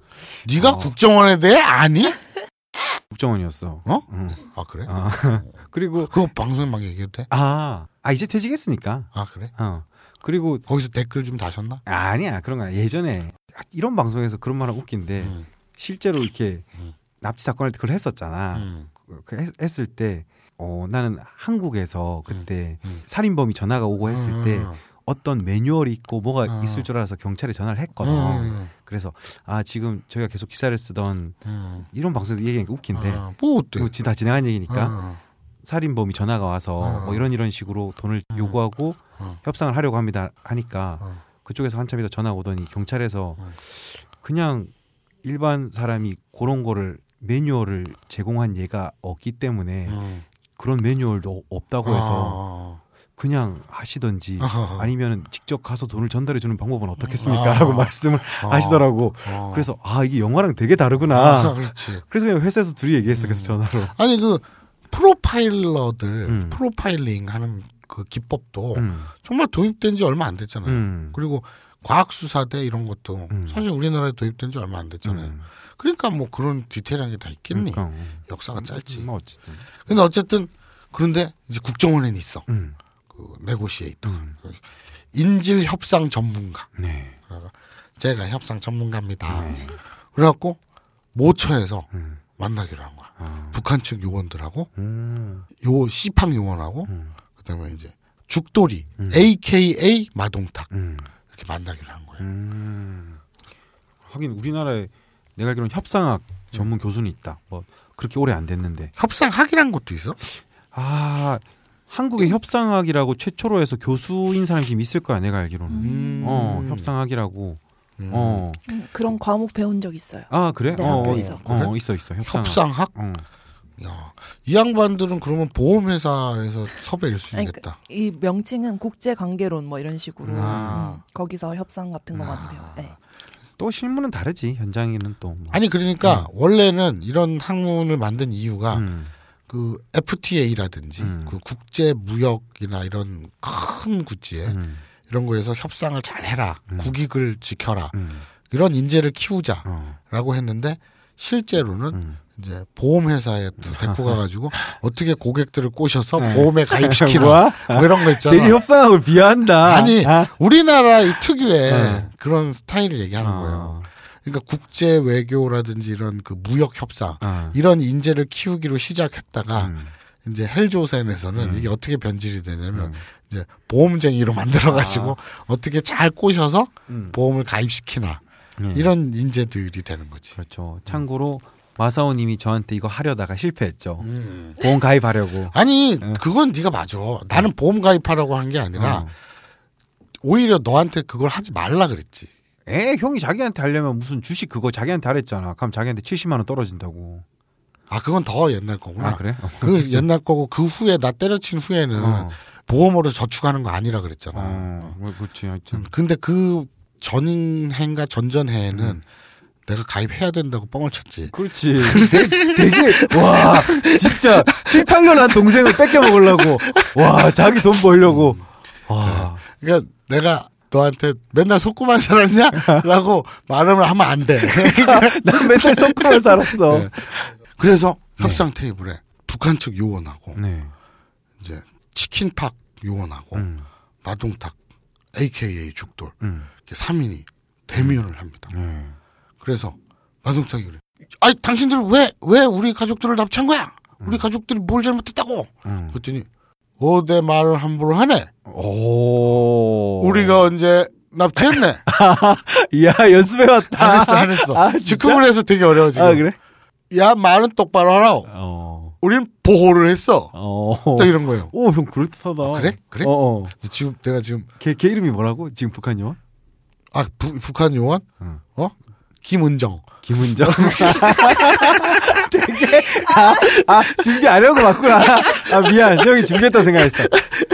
[SPEAKER 3] 네가
[SPEAKER 4] 어.
[SPEAKER 3] 국정원에 대해 아니?
[SPEAKER 4] 국정원이었어.
[SPEAKER 3] 어?
[SPEAKER 4] 응.
[SPEAKER 3] 아 그래?
[SPEAKER 4] 아. 그리고
[SPEAKER 3] 그거 방송에 막 얘기해도 돼?
[SPEAKER 4] 아, 아 이제 퇴직했으니까.
[SPEAKER 3] 아 그래?
[SPEAKER 4] 어. 그리고
[SPEAKER 3] 거기서 댓글 좀 다셨나?
[SPEAKER 4] 아니야 그런 거 아니야. 예전에 이런 방송에서 그런 말은 웃긴데
[SPEAKER 3] 음.
[SPEAKER 4] 실제로 이렇게
[SPEAKER 3] 음.
[SPEAKER 4] 납치 사건을 그걸 했었잖아.
[SPEAKER 3] 음.
[SPEAKER 4] 그- 그 했- 했을 때 어, 나는 한국에서 그때
[SPEAKER 3] 음.
[SPEAKER 4] 살인범이 전화가 오고 했을 때
[SPEAKER 3] 음.
[SPEAKER 4] 어떤 매뉴얼이 있고 뭐가
[SPEAKER 3] 어.
[SPEAKER 4] 있을 줄 알아서 경찰에 전화를 했거든.
[SPEAKER 3] 음,
[SPEAKER 4] 그래서 아 지금 저희가 계속 기사를 쓰던
[SPEAKER 3] 음.
[SPEAKER 4] 이런 방송에서 얘기하니까 웃긴데
[SPEAKER 3] 아, 뭐 어때?
[SPEAKER 4] 이거 진짜 다 진행한 얘기니까
[SPEAKER 3] 어,
[SPEAKER 4] 살인범이 전화가 와서
[SPEAKER 3] 어.
[SPEAKER 4] 뭐 이런 이런 식으로 돈을 요구하고
[SPEAKER 3] 어.
[SPEAKER 4] 협상을 하려고 합니다 하니까
[SPEAKER 3] 어.
[SPEAKER 4] 그쪽에서 한참 있다 전화 오더니 경찰에서
[SPEAKER 3] 어.
[SPEAKER 4] 그냥 일반 사람이 그런 거를 매뉴얼을 제공한 예가 없기 때문에
[SPEAKER 3] 음.
[SPEAKER 4] 그런 매뉴얼도 없다고 해서 예,
[SPEAKER 3] 어,
[SPEAKER 4] 그냥 하시던지
[SPEAKER 3] 어, 어.
[SPEAKER 4] 아니면 직접 가서 돈을 전달해 주는 방법은
[SPEAKER 3] 아.
[SPEAKER 4] 어떻겠습니까라고 말씀을
[SPEAKER 3] 어,
[SPEAKER 4] 하시더라고.
[SPEAKER 3] 어.
[SPEAKER 4] 그래서 아 이게 영화랑 되게
[SPEAKER 3] 아,
[SPEAKER 4] 다르구나.
[SPEAKER 3] 그렇지.
[SPEAKER 4] 그래서 그냥 회사에서 둘이 얘기했어. 그래서 전화로.
[SPEAKER 3] 아니 그 프로파일러들
[SPEAKER 4] 음.
[SPEAKER 3] 프로파일링 하는 그 기법도
[SPEAKER 4] 음,
[SPEAKER 3] 정말 도입된 지 얼마 안 됐잖아요.
[SPEAKER 4] 음,
[SPEAKER 3] 그리고 과학수사대 이런 것도
[SPEAKER 4] 음.
[SPEAKER 3] 사실 우리나라에 도입된 지 얼마 안 됐잖아요.
[SPEAKER 4] 음.
[SPEAKER 3] 그러니까 뭐 그런 디테일한 게 다 있겠니?
[SPEAKER 4] 그러니까, 음.
[SPEAKER 3] 역사가 짧지.
[SPEAKER 4] 뭐 어쨌든.
[SPEAKER 3] 근데 어쨌든 그런데 이제 국정원에는 있어.
[SPEAKER 4] 음,
[SPEAKER 3] 그 네고시에이터.
[SPEAKER 4] 음.
[SPEAKER 3] 인질 협상 전문가. 그러니까
[SPEAKER 4] 네.
[SPEAKER 3] 제가 협상 전문가입니다. 그래갖고 모처에서
[SPEAKER 4] 음.
[SPEAKER 3] 만나기로 한 거야.
[SPEAKER 4] 아.
[SPEAKER 3] 북한 측 요원들하고
[SPEAKER 4] 음.
[SPEAKER 3] 요 시팡 요원하고
[SPEAKER 4] 음.
[SPEAKER 3] 그다음에 이제 죽돌이 AKA 마동탁
[SPEAKER 4] 음.
[SPEAKER 3] 이렇게 만나기로 한 거예요.
[SPEAKER 4] 음. 하긴 우리나라에 내가 알기로는 협상학 전문 교수는 있다. 뭐 그렇게 오래 안 됐는데.
[SPEAKER 3] 협상학이란 것도 있어?
[SPEAKER 4] 아 한국의 협상학이라고 최초로 해서 교수인 사람이 지금 있을 거야 내가 알기로는.
[SPEAKER 5] 음.
[SPEAKER 4] 어 협상학이라고.
[SPEAKER 3] 음.
[SPEAKER 4] 어.
[SPEAKER 5] 음, 그런 과목 배운 적 있어요.
[SPEAKER 4] 아 그래?
[SPEAKER 5] 네,
[SPEAKER 4] 어,
[SPEAKER 5] 학교에서.
[SPEAKER 4] 어, 어, 있어 있어 협상학.
[SPEAKER 3] 협상학?
[SPEAKER 4] 어.
[SPEAKER 3] 야, 이 양반들은 그러면 보험회사에서 섭외
[SPEAKER 5] 아니,
[SPEAKER 3] 일순이겠다.
[SPEAKER 5] 그- 이 명칭은 국제 관계론 뭐 이런 식으로
[SPEAKER 4] 아.
[SPEAKER 5] 음, 거기서 협상 같은
[SPEAKER 3] 아.
[SPEAKER 5] 거 많이 배워. 네.
[SPEAKER 4] 또 실무는 다르지 현장에는 또. 뭐.
[SPEAKER 3] 아니 그러니까 원래는 이런 학문을 만든 이유가
[SPEAKER 4] 음.
[SPEAKER 3] 그 FTA라든지
[SPEAKER 4] 음.
[SPEAKER 3] 그 국제 무역이나 이런 큰 구찌에
[SPEAKER 4] 음.
[SPEAKER 3] 이런 거에서 협상을 잘 해라, 국익을 지켜라
[SPEAKER 4] 음.
[SPEAKER 3] 이런 인재를
[SPEAKER 4] 어.
[SPEAKER 3] 키우자라고 했는데 실제로는
[SPEAKER 4] 음.
[SPEAKER 3] 이제 보험회사에 데리고 가가지고 어떻게 고객들을 꼬셔서 보험에 가입시키라
[SPEAKER 4] 네. 뭐야?
[SPEAKER 3] 뭐 이런 거 있잖아.
[SPEAKER 4] 되게 협상학을 비하한다.
[SPEAKER 3] 아니
[SPEAKER 4] 아.
[SPEAKER 3] 우리나라 이 특유의
[SPEAKER 4] 네.
[SPEAKER 3] 그런 스타일을 얘기하는
[SPEAKER 4] 어.
[SPEAKER 3] 거예요. 그러니까 국제 외교라든지 이런 그 무역 협상
[SPEAKER 4] 아.
[SPEAKER 3] 이런 인재를 키우기로 시작했다가
[SPEAKER 4] 음.
[SPEAKER 3] 이제 헬조센에서는 이게 어떻게 변질이 되냐면 이제 보험쟁이로 만들어가지고 어떻게 잘 꼬셔서
[SPEAKER 4] 아. 음.
[SPEAKER 3] 보험을 가입시키나
[SPEAKER 4] 네.
[SPEAKER 3] 이런 인재들이 되는 거지.
[SPEAKER 4] 그렇죠. 참고로 마사오님이 저한테 이거 하려다가 실패했죠.
[SPEAKER 3] 음.
[SPEAKER 4] 보험 가입하려고.
[SPEAKER 3] 아니 그건 네가 맞아. 나는 보험 가입하라고 한 게 아니라
[SPEAKER 4] 예. 어.
[SPEAKER 3] 오히려 너한테 그걸 하지 말라 그랬지.
[SPEAKER 4] 에 형이 자기한테 하려면 무슨 주식 그거 자기한테 하랬잖아. 그럼 자기한테 70만 원 떨어진다고.
[SPEAKER 3] 아 그건 더 옛날 거구나.
[SPEAKER 4] 아 그래? 어.
[SPEAKER 3] 그 옛날 거고 그 후에 나 때려친 후에는
[SPEAKER 4] 어.
[SPEAKER 3] 보험으로 저축하는 거 아니라 그랬잖아.
[SPEAKER 4] 어, 뭐, 그렇지.
[SPEAKER 3] 음,
[SPEAKER 4] 하여튼
[SPEAKER 3] 근데 그 전인해인가 전전해에는
[SPEAKER 4] 음.
[SPEAKER 3] 내가 가입해야 된다고 뻥을 쳤지.
[SPEAKER 4] 그렇지. 되게, 되게 와 진짜 7, 8년 한 동생을 뺏겨 먹으려고 와 자기 돈 벌려고 와
[SPEAKER 3] 그러니까 내가 너한테 맨날 속고만 살았냐라고 말을 하면 안 돼.
[SPEAKER 4] 난 맨날 성큼을 살았어.
[SPEAKER 3] 네. 그래서 협상 테이블에 북한 측 요원하고
[SPEAKER 4] 네.
[SPEAKER 3] 이제 치킨팍 요원하고
[SPEAKER 4] 음,
[SPEAKER 3] 마동탁 AKA 죽돌
[SPEAKER 4] 음,
[SPEAKER 3] 이렇게 3인이 대면을 합니다.
[SPEAKER 4] 네.
[SPEAKER 3] 그래서 마동탁이 그래. 아이 당신들 은 왜 왜 우리 가족들을 납치한 거야? 우리 가족들이 뭘 잘못했다고?
[SPEAKER 4] 음.
[SPEAKER 3] 그랬더니 어대 말을 함부로 하네.
[SPEAKER 4] 오.
[SPEAKER 3] 우리가 언제 납치했네.
[SPEAKER 4] 이야 연습해
[SPEAKER 3] 안
[SPEAKER 4] 왔다.
[SPEAKER 3] 했어 안 했어.
[SPEAKER 4] 아, 진짜?
[SPEAKER 3] 즉흥을 해서 되게 어려워 지금.
[SPEAKER 4] 아 그래?
[SPEAKER 3] 야 말은 똑바로 하라고.
[SPEAKER 4] 어.
[SPEAKER 3] 우린 보호를 했어.
[SPEAKER 4] 어.
[SPEAKER 3] 또 이런 거예요.
[SPEAKER 4] 오, 형 그럴듯하다.
[SPEAKER 3] 그래? 그래?
[SPEAKER 4] 어, 어.
[SPEAKER 3] 지금 내가 지금
[SPEAKER 4] 걔, 걔 이름이 뭐라고? 지금 북한 요원?
[SPEAKER 3] 아 부- 북한 요원
[SPEAKER 4] 응.
[SPEAKER 3] 어 김은정.
[SPEAKER 4] 어. 김은정. 되게 아, 아 준비 안 하고 왔구나. 아 미안, 형이 준비했다 고 생각했어.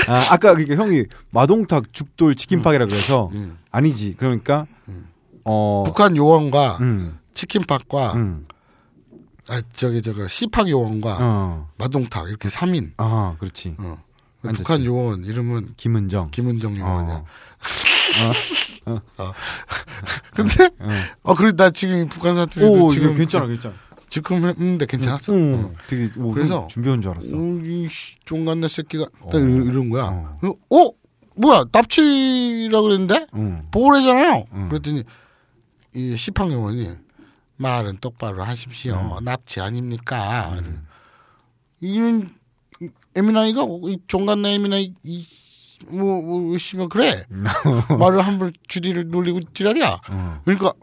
[SPEAKER 4] 아 아까 그러니까 형이 마동탁 죽돌 치킨팍이라 그래서
[SPEAKER 3] 음.
[SPEAKER 4] 아니지. 그러니까 어
[SPEAKER 3] 북한 요원과
[SPEAKER 4] 음,
[SPEAKER 3] 치킨팍과
[SPEAKER 4] 음,
[SPEAKER 3] 아 저기 저기 씨팍 요원과
[SPEAKER 4] 어,
[SPEAKER 3] 마동탁 이렇게 3인.
[SPEAKER 4] 아 그렇지.
[SPEAKER 3] 어.
[SPEAKER 4] 앉았지.
[SPEAKER 3] 북한 요원 이름은
[SPEAKER 4] 김은정.
[SPEAKER 3] 김은정 요원이야. 어.
[SPEAKER 4] 어.
[SPEAKER 3] 근데
[SPEAKER 4] 어.
[SPEAKER 3] 어 그래 나 지금 북한 사투리도
[SPEAKER 4] 오,
[SPEAKER 3] 지금
[SPEAKER 4] 지금 괜찮아, 괜찮아.
[SPEAKER 3] 지금 했는데 괜찮았어.
[SPEAKER 4] 응, 음, 되게
[SPEAKER 3] 그래서-
[SPEAKER 4] 오,
[SPEAKER 3] 음.
[SPEAKER 4] 그래서 준비한 줄 알았어.
[SPEAKER 3] 이씨 종간나 새끼가 딱
[SPEAKER 4] 어.
[SPEAKER 3] 이런, 이런 거야.
[SPEAKER 4] 어.
[SPEAKER 3] 어. 뭐야 납치라 그랬는데
[SPEAKER 4] 응.
[SPEAKER 3] 보호래잖아요.
[SPEAKER 4] 음.
[SPEAKER 3] 그랬더니 이 시팡 요원이 말은 똑바로 하십시오.
[SPEAKER 4] 음.
[SPEAKER 3] 납치 아닙니까? 이런 에미나이가 이 종간나 에미나이 이 뭐, 뭐, 씨발, 그래. 말을 함부로 주디를 놀리고 지랄이야.
[SPEAKER 4] 어.
[SPEAKER 3] 그러니까,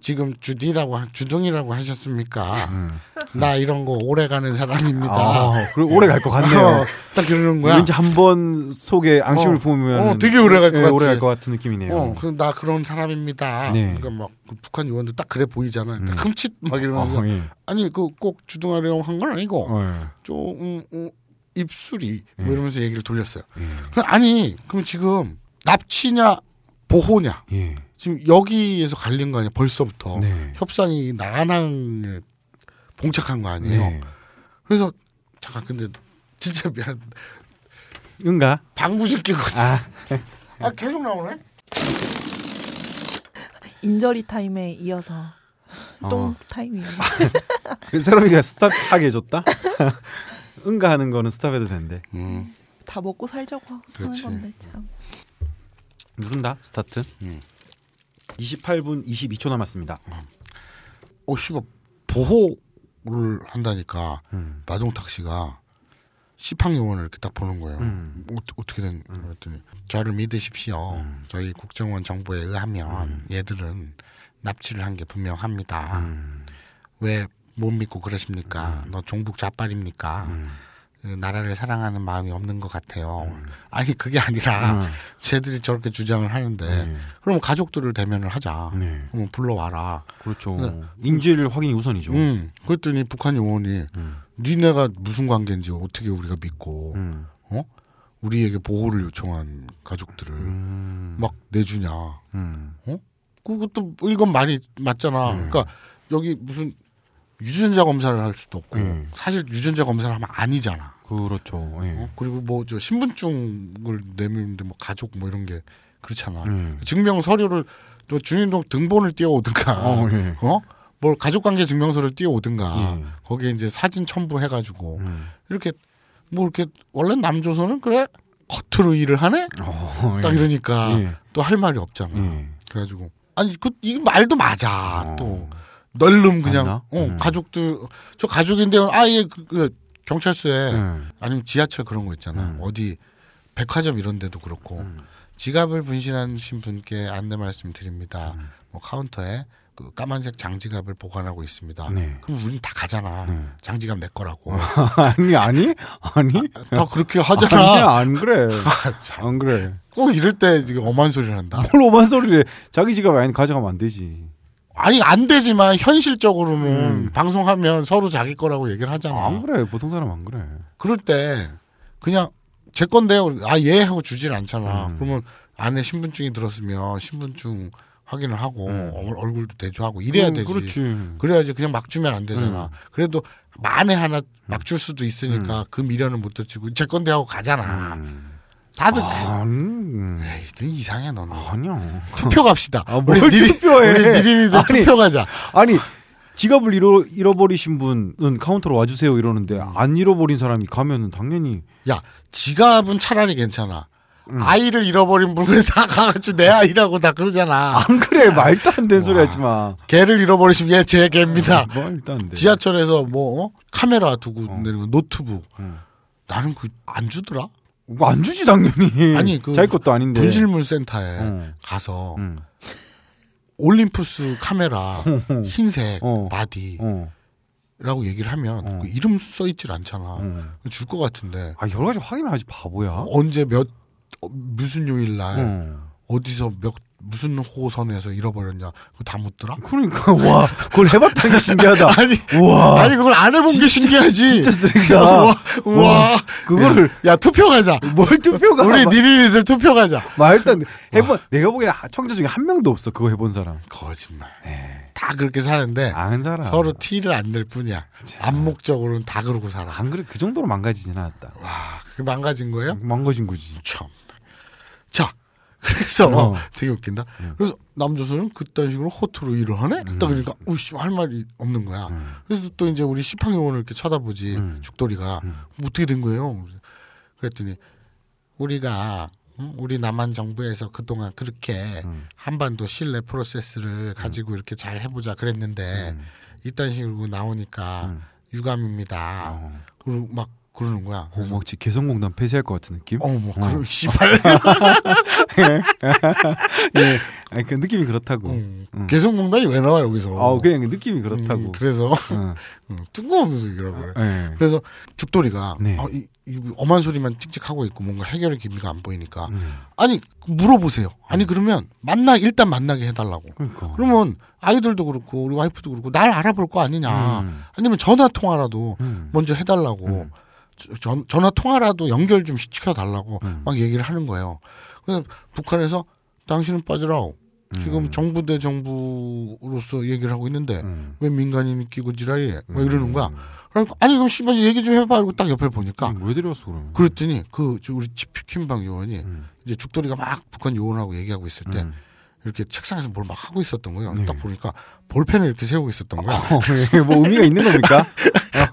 [SPEAKER 3] 지금 주디라고, 하- 주둥이라고 하셨습니까?
[SPEAKER 4] 음.
[SPEAKER 3] 나 이런 거 오래 가는 사람입니다.
[SPEAKER 4] 아, 그리고 오래 갈 것 같네요.
[SPEAKER 3] 어, 딱 그러는 거야.
[SPEAKER 4] 왠지 한 번 속에 앙심을
[SPEAKER 3] 어.
[SPEAKER 4] 품으면
[SPEAKER 3] 어, 되게 오래 갈것
[SPEAKER 4] 예,
[SPEAKER 3] 같지.
[SPEAKER 4] 오래 갈 것 같은 느낌이네요.
[SPEAKER 3] 어, 그럼 나 그런 사람입니다.
[SPEAKER 4] 예. 네. 음.
[SPEAKER 3] 그러니까 막그 북한 요원도 딱 그래 보이잖아. 딱 흠칫 막 이러는
[SPEAKER 4] 어,
[SPEAKER 3] 거.
[SPEAKER 4] 예.
[SPEAKER 3] 아니 그 꼭 주둥아리라고 한 건 아니고
[SPEAKER 4] 어, 예.
[SPEAKER 3] 좀 음, 음, 입술이 뭐 이러면서 얘기를 돌렸어요.
[SPEAKER 4] 예.
[SPEAKER 3] 그럼 아니 그럼 지금 납치냐 보호냐
[SPEAKER 4] 예.
[SPEAKER 3] 지금 여기에서 갈린 거 아니야 벌써부터
[SPEAKER 4] 네.
[SPEAKER 3] 협상이 난항에 봉착한 거 아니에요.
[SPEAKER 4] 네.
[SPEAKER 3] 그래서 잠깐 근데 진짜 미안
[SPEAKER 4] 응가?
[SPEAKER 3] 방부제 끼고 아. 아 계속 나오네.
[SPEAKER 5] 인저리 타임에 이어서
[SPEAKER 4] 어.
[SPEAKER 5] 똥 타임이요.
[SPEAKER 4] 새로미가 그 스탑하게 해줬다? 음. 응가 하는 거는 스탑해도 된대.
[SPEAKER 5] 다 먹고 살자고
[SPEAKER 3] 그렇지.
[SPEAKER 5] 하는 건데 참.
[SPEAKER 1] 누른다 스타트.
[SPEAKER 4] 음. 28분 22초 남았습니다.
[SPEAKER 3] 어, 씨발, 보호를 한다니까,
[SPEAKER 4] 음.
[SPEAKER 3] 나종탁 씨가 시팡 요원을 이렇게 딱 보는 거예요. 어, 어떻게 된, 그랬더니, 저를 믿으십시오. 저희 국정원 정보에 의하면, 얘들은 납치를 한 게 분명합니다. 왜 못 믿고 그러십니까? 너 종북 좌빨입니까? 그 나라를 사랑하는 마음이 없는 것 같아요. 아니, 그게 아니라, 쟤들이 저렇게 주장을 하는데, 그럼 가족들을 대면을 하자.
[SPEAKER 4] 네.
[SPEAKER 3] 그럼 불러와라.
[SPEAKER 1] 그렇죠.
[SPEAKER 4] 인질 확인이 우선이죠.
[SPEAKER 3] 음. 그랬더니 북한 요원이 니네가 무슨 관계인지 어떻게 우리가 믿고
[SPEAKER 4] 음.
[SPEAKER 3] 어 우리에게 보호를 요청한 가족들을 막 내주냐 어
[SPEAKER 4] 음.
[SPEAKER 3] 그것도 이건 말이 맞잖아
[SPEAKER 4] 네.
[SPEAKER 3] 그러니까 여기 무슨 유전자 검사를 할 수도 없고
[SPEAKER 4] 음.
[SPEAKER 3] 사실 유전자 검사를 하면 아니잖아
[SPEAKER 4] 그렇죠. 예.
[SPEAKER 3] 어? 그리고 뭐 저 신분증을 내밀는데 뭐 가족 뭐 이런 게 그렇잖아
[SPEAKER 4] 음.
[SPEAKER 3] 증명 서류를 또 주민등록 등본을 띄워오든가
[SPEAKER 4] 어, 예.
[SPEAKER 3] 어? 뭘 가족관계 증명서를 띄워오든가
[SPEAKER 4] 예.
[SPEAKER 3] 거기에 이제 사진 첨부해가지고
[SPEAKER 4] 음.
[SPEAKER 3] 이렇게 뭐 이렇게 원래 남조선은 그래 겉으로 일을 하네
[SPEAKER 4] 어, 예.
[SPEAKER 3] 딱 이러니까
[SPEAKER 4] 예.
[SPEAKER 3] 또 할 말이 없잖아
[SPEAKER 4] 예.
[SPEAKER 3] 그래가지고 아니 그 이게 말도 맞아
[SPEAKER 4] 어.
[SPEAKER 3] 또 널름 그냥
[SPEAKER 4] 맞나?
[SPEAKER 3] 어
[SPEAKER 4] 음.
[SPEAKER 3] 가족들 저 가족인데 아예 그, 그 경찰서에
[SPEAKER 4] 예.
[SPEAKER 3] 아니면 지하철 그런 거 있잖아.
[SPEAKER 4] 음.
[SPEAKER 3] 어디 백화점 이런 데도 그렇고 지갑을 분실하신 분께 안내 말씀드립니다.
[SPEAKER 4] 음.
[SPEAKER 3] 뭐 카운터에 그 까만색 장지갑을 보관하고 있습니다.
[SPEAKER 4] 네. 어.
[SPEAKER 3] 그럼 우린 다 가잖아. 장지갑 내 거라고.
[SPEAKER 4] 아니 아니 아니
[SPEAKER 3] 다 그렇게
[SPEAKER 4] 아니
[SPEAKER 3] 하잖아.
[SPEAKER 4] 안 그래
[SPEAKER 3] 아, 참.
[SPEAKER 4] 안 그래
[SPEAKER 3] 꼭 이럴 때 지금 엄한 소리를 한다.
[SPEAKER 4] 뭘 오만 소리래 자기 지갑 아니 가져가면 안 되지
[SPEAKER 3] 아니 안 되지만
[SPEAKER 4] 음.
[SPEAKER 3] 현실적으로는 방송하면 서로 자기 거라고 얘기를 하잖아.
[SPEAKER 4] 안 그래 보통 사람 안 그래
[SPEAKER 3] 그럴 때 그냥 제 건데요. 아 예 하고 주질 않잖아.
[SPEAKER 4] 음.
[SPEAKER 3] 그러면 안에 신분증이 들었으면 신분증 확인을 하고 얼- 얼굴도 대조하고 이래야
[SPEAKER 4] 음,
[SPEAKER 3] 되지.
[SPEAKER 4] 그렇지 음.
[SPEAKER 3] 그래야지 그냥 막 주면 안 되잖아. 그래도 만에 하나 막 줄 수도 있으니까 그 미련을 못 떨치고 제 건데 하고 가잖아.
[SPEAKER 4] 음.
[SPEAKER 3] 다들 아,
[SPEAKER 4] 아니
[SPEAKER 3] 에이, 너 이상해 너는.
[SPEAKER 4] 아. 음, 아니야
[SPEAKER 3] 투표 갑시다.
[SPEAKER 4] 아, 뭘 투표해.
[SPEAKER 3] 우리 니린이들
[SPEAKER 4] 아니.
[SPEAKER 3] 투표 가자.
[SPEAKER 4] 아니 지갑을 잃어, 잃어버리신 분은 카운터로 와주세요 이러는데 안 잃어버린 사람이 가면은 당연히
[SPEAKER 3] 야 지갑은 차라리 괜찮아.
[SPEAKER 4] 음.
[SPEAKER 3] 아이를 잃어버린 분을 다 가가지고 내 아이라고 다 그러잖아.
[SPEAKER 4] 안 그래 말도 안 되는 소리 하지 마
[SPEAKER 3] 개를 잃어버리시면 얘 제 개입니다.
[SPEAKER 4] 말도 안돼
[SPEAKER 3] 지하철에서 뭐 어? 카메라 두고 내리고 노트북.
[SPEAKER 4] 음.
[SPEAKER 3] 나는 그 안 주더라.
[SPEAKER 4] 안 주지 당연히
[SPEAKER 3] 아니, 그
[SPEAKER 4] 자기 것도 아닌데
[SPEAKER 3] 분실물 센터에
[SPEAKER 4] 네. 음.
[SPEAKER 3] 가서
[SPEAKER 4] 음.
[SPEAKER 3] 올림푸스 카메라 흰색
[SPEAKER 4] 어.
[SPEAKER 3] 바디라고
[SPEAKER 4] 어.
[SPEAKER 3] 얘기를 하면 그 이름 써 있질 않잖아.
[SPEAKER 4] 음.
[SPEAKER 3] 줄 것 같은데
[SPEAKER 4] 아 여러 가지 확인하지 바보야
[SPEAKER 3] 언제 몇 어, 무슨 요일 날
[SPEAKER 4] 어.
[SPEAKER 3] 어디서 몇 무슨 호선에서 잃어버렸냐 그거 다 묻더라.
[SPEAKER 4] 그러니까 와 그걸 해봤다는 게 신기하다.
[SPEAKER 3] 아니
[SPEAKER 4] 와
[SPEAKER 3] 아니 그걸 안 해본 게 신기하지.
[SPEAKER 4] 음. 진짜 쓰레기다.
[SPEAKER 3] 와, 와. 예.
[SPEAKER 4] 와, 그거를
[SPEAKER 3] 야 투표 가자.
[SPEAKER 4] 뭘 투표가
[SPEAKER 3] 우리
[SPEAKER 4] 마-
[SPEAKER 3] 니린이들 투표 가자.
[SPEAKER 4] 말도 안 돼. 해본 내가 보기엔 청자 중에 한 명도 없어 그거 해본 사람.
[SPEAKER 3] 거짓말. 예. 다 그렇게 사는데
[SPEAKER 4] 아는 사람.
[SPEAKER 3] 서로 티를 안 낼 뿐이야. 암묵적으로는 다 그러고 살아.
[SPEAKER 4] 안 그래 그 정도로 망가지진 않았다.
[SPEAKER 3] 와, 그게 망가진 거예요?
[SPEAKER 4] 망가진 거지.
[SPEAKER 3] 참. 자, 그래서
[SPEAKER 4] 어.
[SPEAKER 3] 되게 웃긴다. 그래서 남조선은 그딴 식으로 호투로 일을 네. 하네. 네. 딱 그러니까 우씨 할 말이 없는 거야. 그래서 또 이제 우리 시팡요원을 이렇게 쳐다보지 죽돌이가 뭐 어떻게 된 거예요? 그랬더니 우리가 음, 우리 남한 정부에서 그동안 그렇게 한반도 신뢰 프로세스를 가지고 이렇게 잘 해보자 네. 어. 그랬는데 이딴 식으로 나오니까 유감입니다. 그리고 막 그러는 거야.
[SPEAKER 4] 오, 막 지금 개성공단 폐쇄할 것 같은 느낌?
[SPEAKER 3] 뭐. 어, 뭐,
[SPEAKER 4] 어.
[SPEAKER 3] 그럼, 씨발.
[SPEAKER 4] 예. 아니, 그 느낌이 그렇다고.
[SPEAKER 3] 음.
[SPEAKER 4] 음.
[SPEAKER 3] 개성공단이 왜 나와, 여기서.
[SPEAKER 4] 아, 그냥 그 느낌이
[SPEAKER 3] 음,
[SPEAKER 4] 그렇다고.
[SPEAKER 3] 그래서,
[SPEAKER 4] 어.
[SPEAKER 3] 음, 뜬금없는 소리라고 그래.
[SPEAKER 4] 예.
[SPEAKER 3] 그래서 죽돌이가
[SPEAKER 4] 네.
[SPEAKER 3] 어, 이, 이 엄한 소리만 찍찍하고 있고 뭔가 해결의 기미가 안 보이니까
[SPEAKER 4] 음.
[SPEAKER 3] 아니 물어보세요. 아니 그러면 만나 일단 만나게 해달라고.
[SPEAKER 4] 그러니까.
[SPEAKER 3] 그러면 아이들도 그렇고 우리 와이프도 그렇고 날 알아볼 거 아니냐.
[SPEAKER 4] 음.
[SPEAKER 3] 아니면 전화 통화라도
[SPEAKER 4] 음.
[SPEAKER 3] 먼저 해달라고.
[SPEAKER 4] 음.
[SPEAKER 3] 저- 전, 전화 통화라도 연결 좀 시켜달라고
[SPEAKER 4] 음.
[SPEAKER 3] 막 얘기를 하는 거예요. 그래서 북한에서 당신은 빠지라고. 지금 정부 대 정부로서 얘기를 하고 있는데
[SPEAKER 4] 음.
[SPEAKER 3] 왜 민간인이 끼고 지랄이래? 막
[SPEAKER 4] 음.
[SPEAKER 3] 이러는 거야. 그래서 아니 그럼 씨발 얘기 좀 해봐. 이러고 딱 옆에 보니까
[SPEAKER 4] 이거 왜 데려왔어 아, 뭐 그러면?
[SPEAKER 3] 그랬더니 그저 우리 치킨방 요원이
[SPEAKER 4] 음.
[SPEAKER 3] 이제 죽돌이가 막 북한 요원하고 얘기하고 있을 때
[SPEAKER 4] 음.
[SPEAKER 3] 이렇게 책상에서 뭘 막 하고 있었던 거예요.
[SPEAKER 4] 네.
[SPEAKER 3] 딱 보니까 볼펜을 이렇게 세우고 있었던 거야.
[SPEAKER 4] 어, 예. 뭐 의미가 있는 겁니까?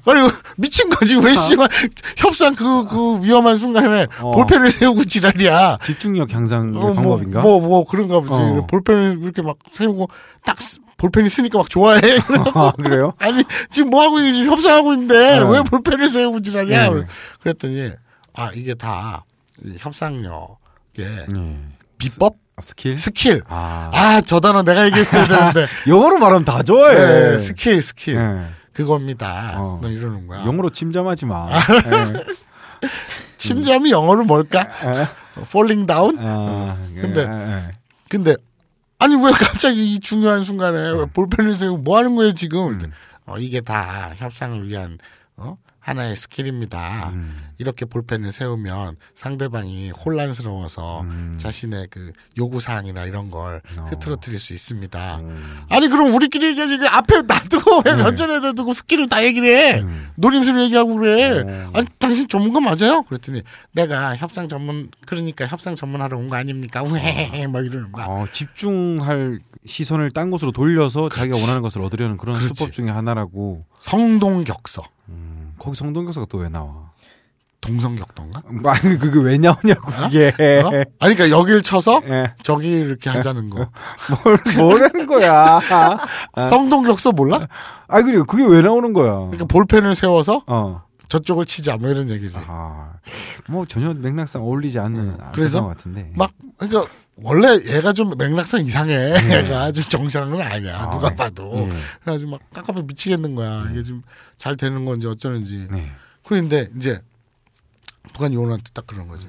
[SPEAKER 3] 아니 미친 거지 왜 씨발 협상 그 그 위험한 순간에
[SPEAKER 4] 아. 어.
[SPEAKER 3] 볼펜을 세우고 지랄이야.
[SPEAKER 4] 집중력 향상
[SPEAKER 3] 어,
[SPEAKER 4] 의 방법인가?
[SPEAKER 3] 뭐, 뭐, 뭐 그런가 보지.
[SPEAKER 4] 어.
[SPEAKER 3] 볼펜을 이렇게 막 세우고 딱 쓰- 볼펜이 쓰니까 막 좋아해.
[SPEAKER 4] 아, 그래요?
[SPEAKER 3] 아니 지금 뭐 하고 있는지 협상하고 있는데
[SPEAKER 4] 네.
[SPEAKER 3] 왜 볼펜을 세우고 지랄이야.
[SPEAKER 4] 네.
[SPEAKER 3] 그랬더니 아 이게 다이 협상력의
[SPEAKER 4] 예.
[SPEAKER 3] 비법
[SPEAKER 4] 스킬?
[SPEAKER 3] 스킬.
[SPEAKER 4] 아.
[SPEAKER 3] 아 저 단어 내가 얘기했어야 되는데.
[SPEAKER 4] 영어로 말하면 다 좋아해.
[SPEAKER 3] 네, 스킬 스킬
[SPEAKER 4] 예.
[SPEAKER 3] 그겁니다.
[SPEAKER 4] 어.
[SPEAKER 3] 너 이러는 거야.
[SPEAKER 4] 영어로 침잠하지 마. 예.
[SPEAKER 3] 침잠이 영어로 뭘까?
[SPEAKER 4] 네.
[SPEAKER 3] Falling down.
[SPEAKER 4] 아, 예,
[SPEAKER 3] 근데-
[SPEAKER 4] 예, 예.
[SPEAKER 3] 근데 아니 왜 갑자기 이 중요한 순간에 왜 볼펜을 세우고 뭐 하는 거예요 지금? 어, 이게 다 협상을 위한 어? 하나의 스킬입니다. 이렇게 볼펜을 세우면 상대방이 혼란스러워서 자신의 그 요구 사항이나 이런 걸 흐트러뜨릴 수 있습니다. 아니 그럼 우리끼리 얘기하지 그 앞에 놔두고 왜 면전에 놔두고 스킬을 다 얘기를 해? 노림수로 얘기하고 그래. 아니 당신 전문가 맞아요? 그랬더니 내가 협상 전문 그러니까 협상 전문하러 온 거 아닙니까? 우헤헤 막 이러는 거야.
[SPEAKER 4] 어, 집중할 시선을 딴 곳으로 돌려서 자기가 원하는 것을 얻으려는 그런
[SPEAKER 3] 그렇지.
[SPEAKER 4] 수법 중에 하나라고.
[SPEAKER 3] 성동격서,
[SPEAKER 4] 음, 거기 성동교사가 또 왜 나와?
[SPEAKER 3] 동성격던가?
[SPEAKER 4] 음, 아니 그게 왜 나오냐고 이게.
[SPEAKER 3] 어? 아니 그러니까 여기를 쳐서
[SPEAKER 4] 예.
[SPEAKER 3] 저기 이렇게 하자는 거.
[SPEAKER 4] 뭘 뭐라는 거야?
[SPEAKER 3] 성동격서 몰라?
[SPEAKER 4] 아 그리고 그게 왜 나오는 거야?
[SPEAKER 3] 그러니까 볼펜을 세워서
[SPEAKER 4] 어.
[SPEAKER 3] 저쪽을 치자 뭐 이런 얘기지.
[SPEAKER 4] 아, 뭐 전혀 맥락상 어울리지 않는 아,
[SPEAKER 3] 그래서
[SPEAKER 4] 뜻인 것 같은데.
[SPEAKER 3] 막 그러니까 원래 얘가 좀 맥락상 이상해. 얘가 좀 정상은 아니야.
[SPEAKER 4] 예. 아,
[SPEAKER 3] 누가
[SPEAKER 4] 네.
[SPEAKER 3] 봐도.
[SPEAKER 4] 예.
[SPEAKER 3] 그래가지고 막 깝깝해 미치겠는 거야. 이게 좀 잘 되는 건지 어쩌는지.
[SPEAKER 4] 네.
[SPEAKER 3] 그런데 이제 북한 요원한테 딱 그런 거지.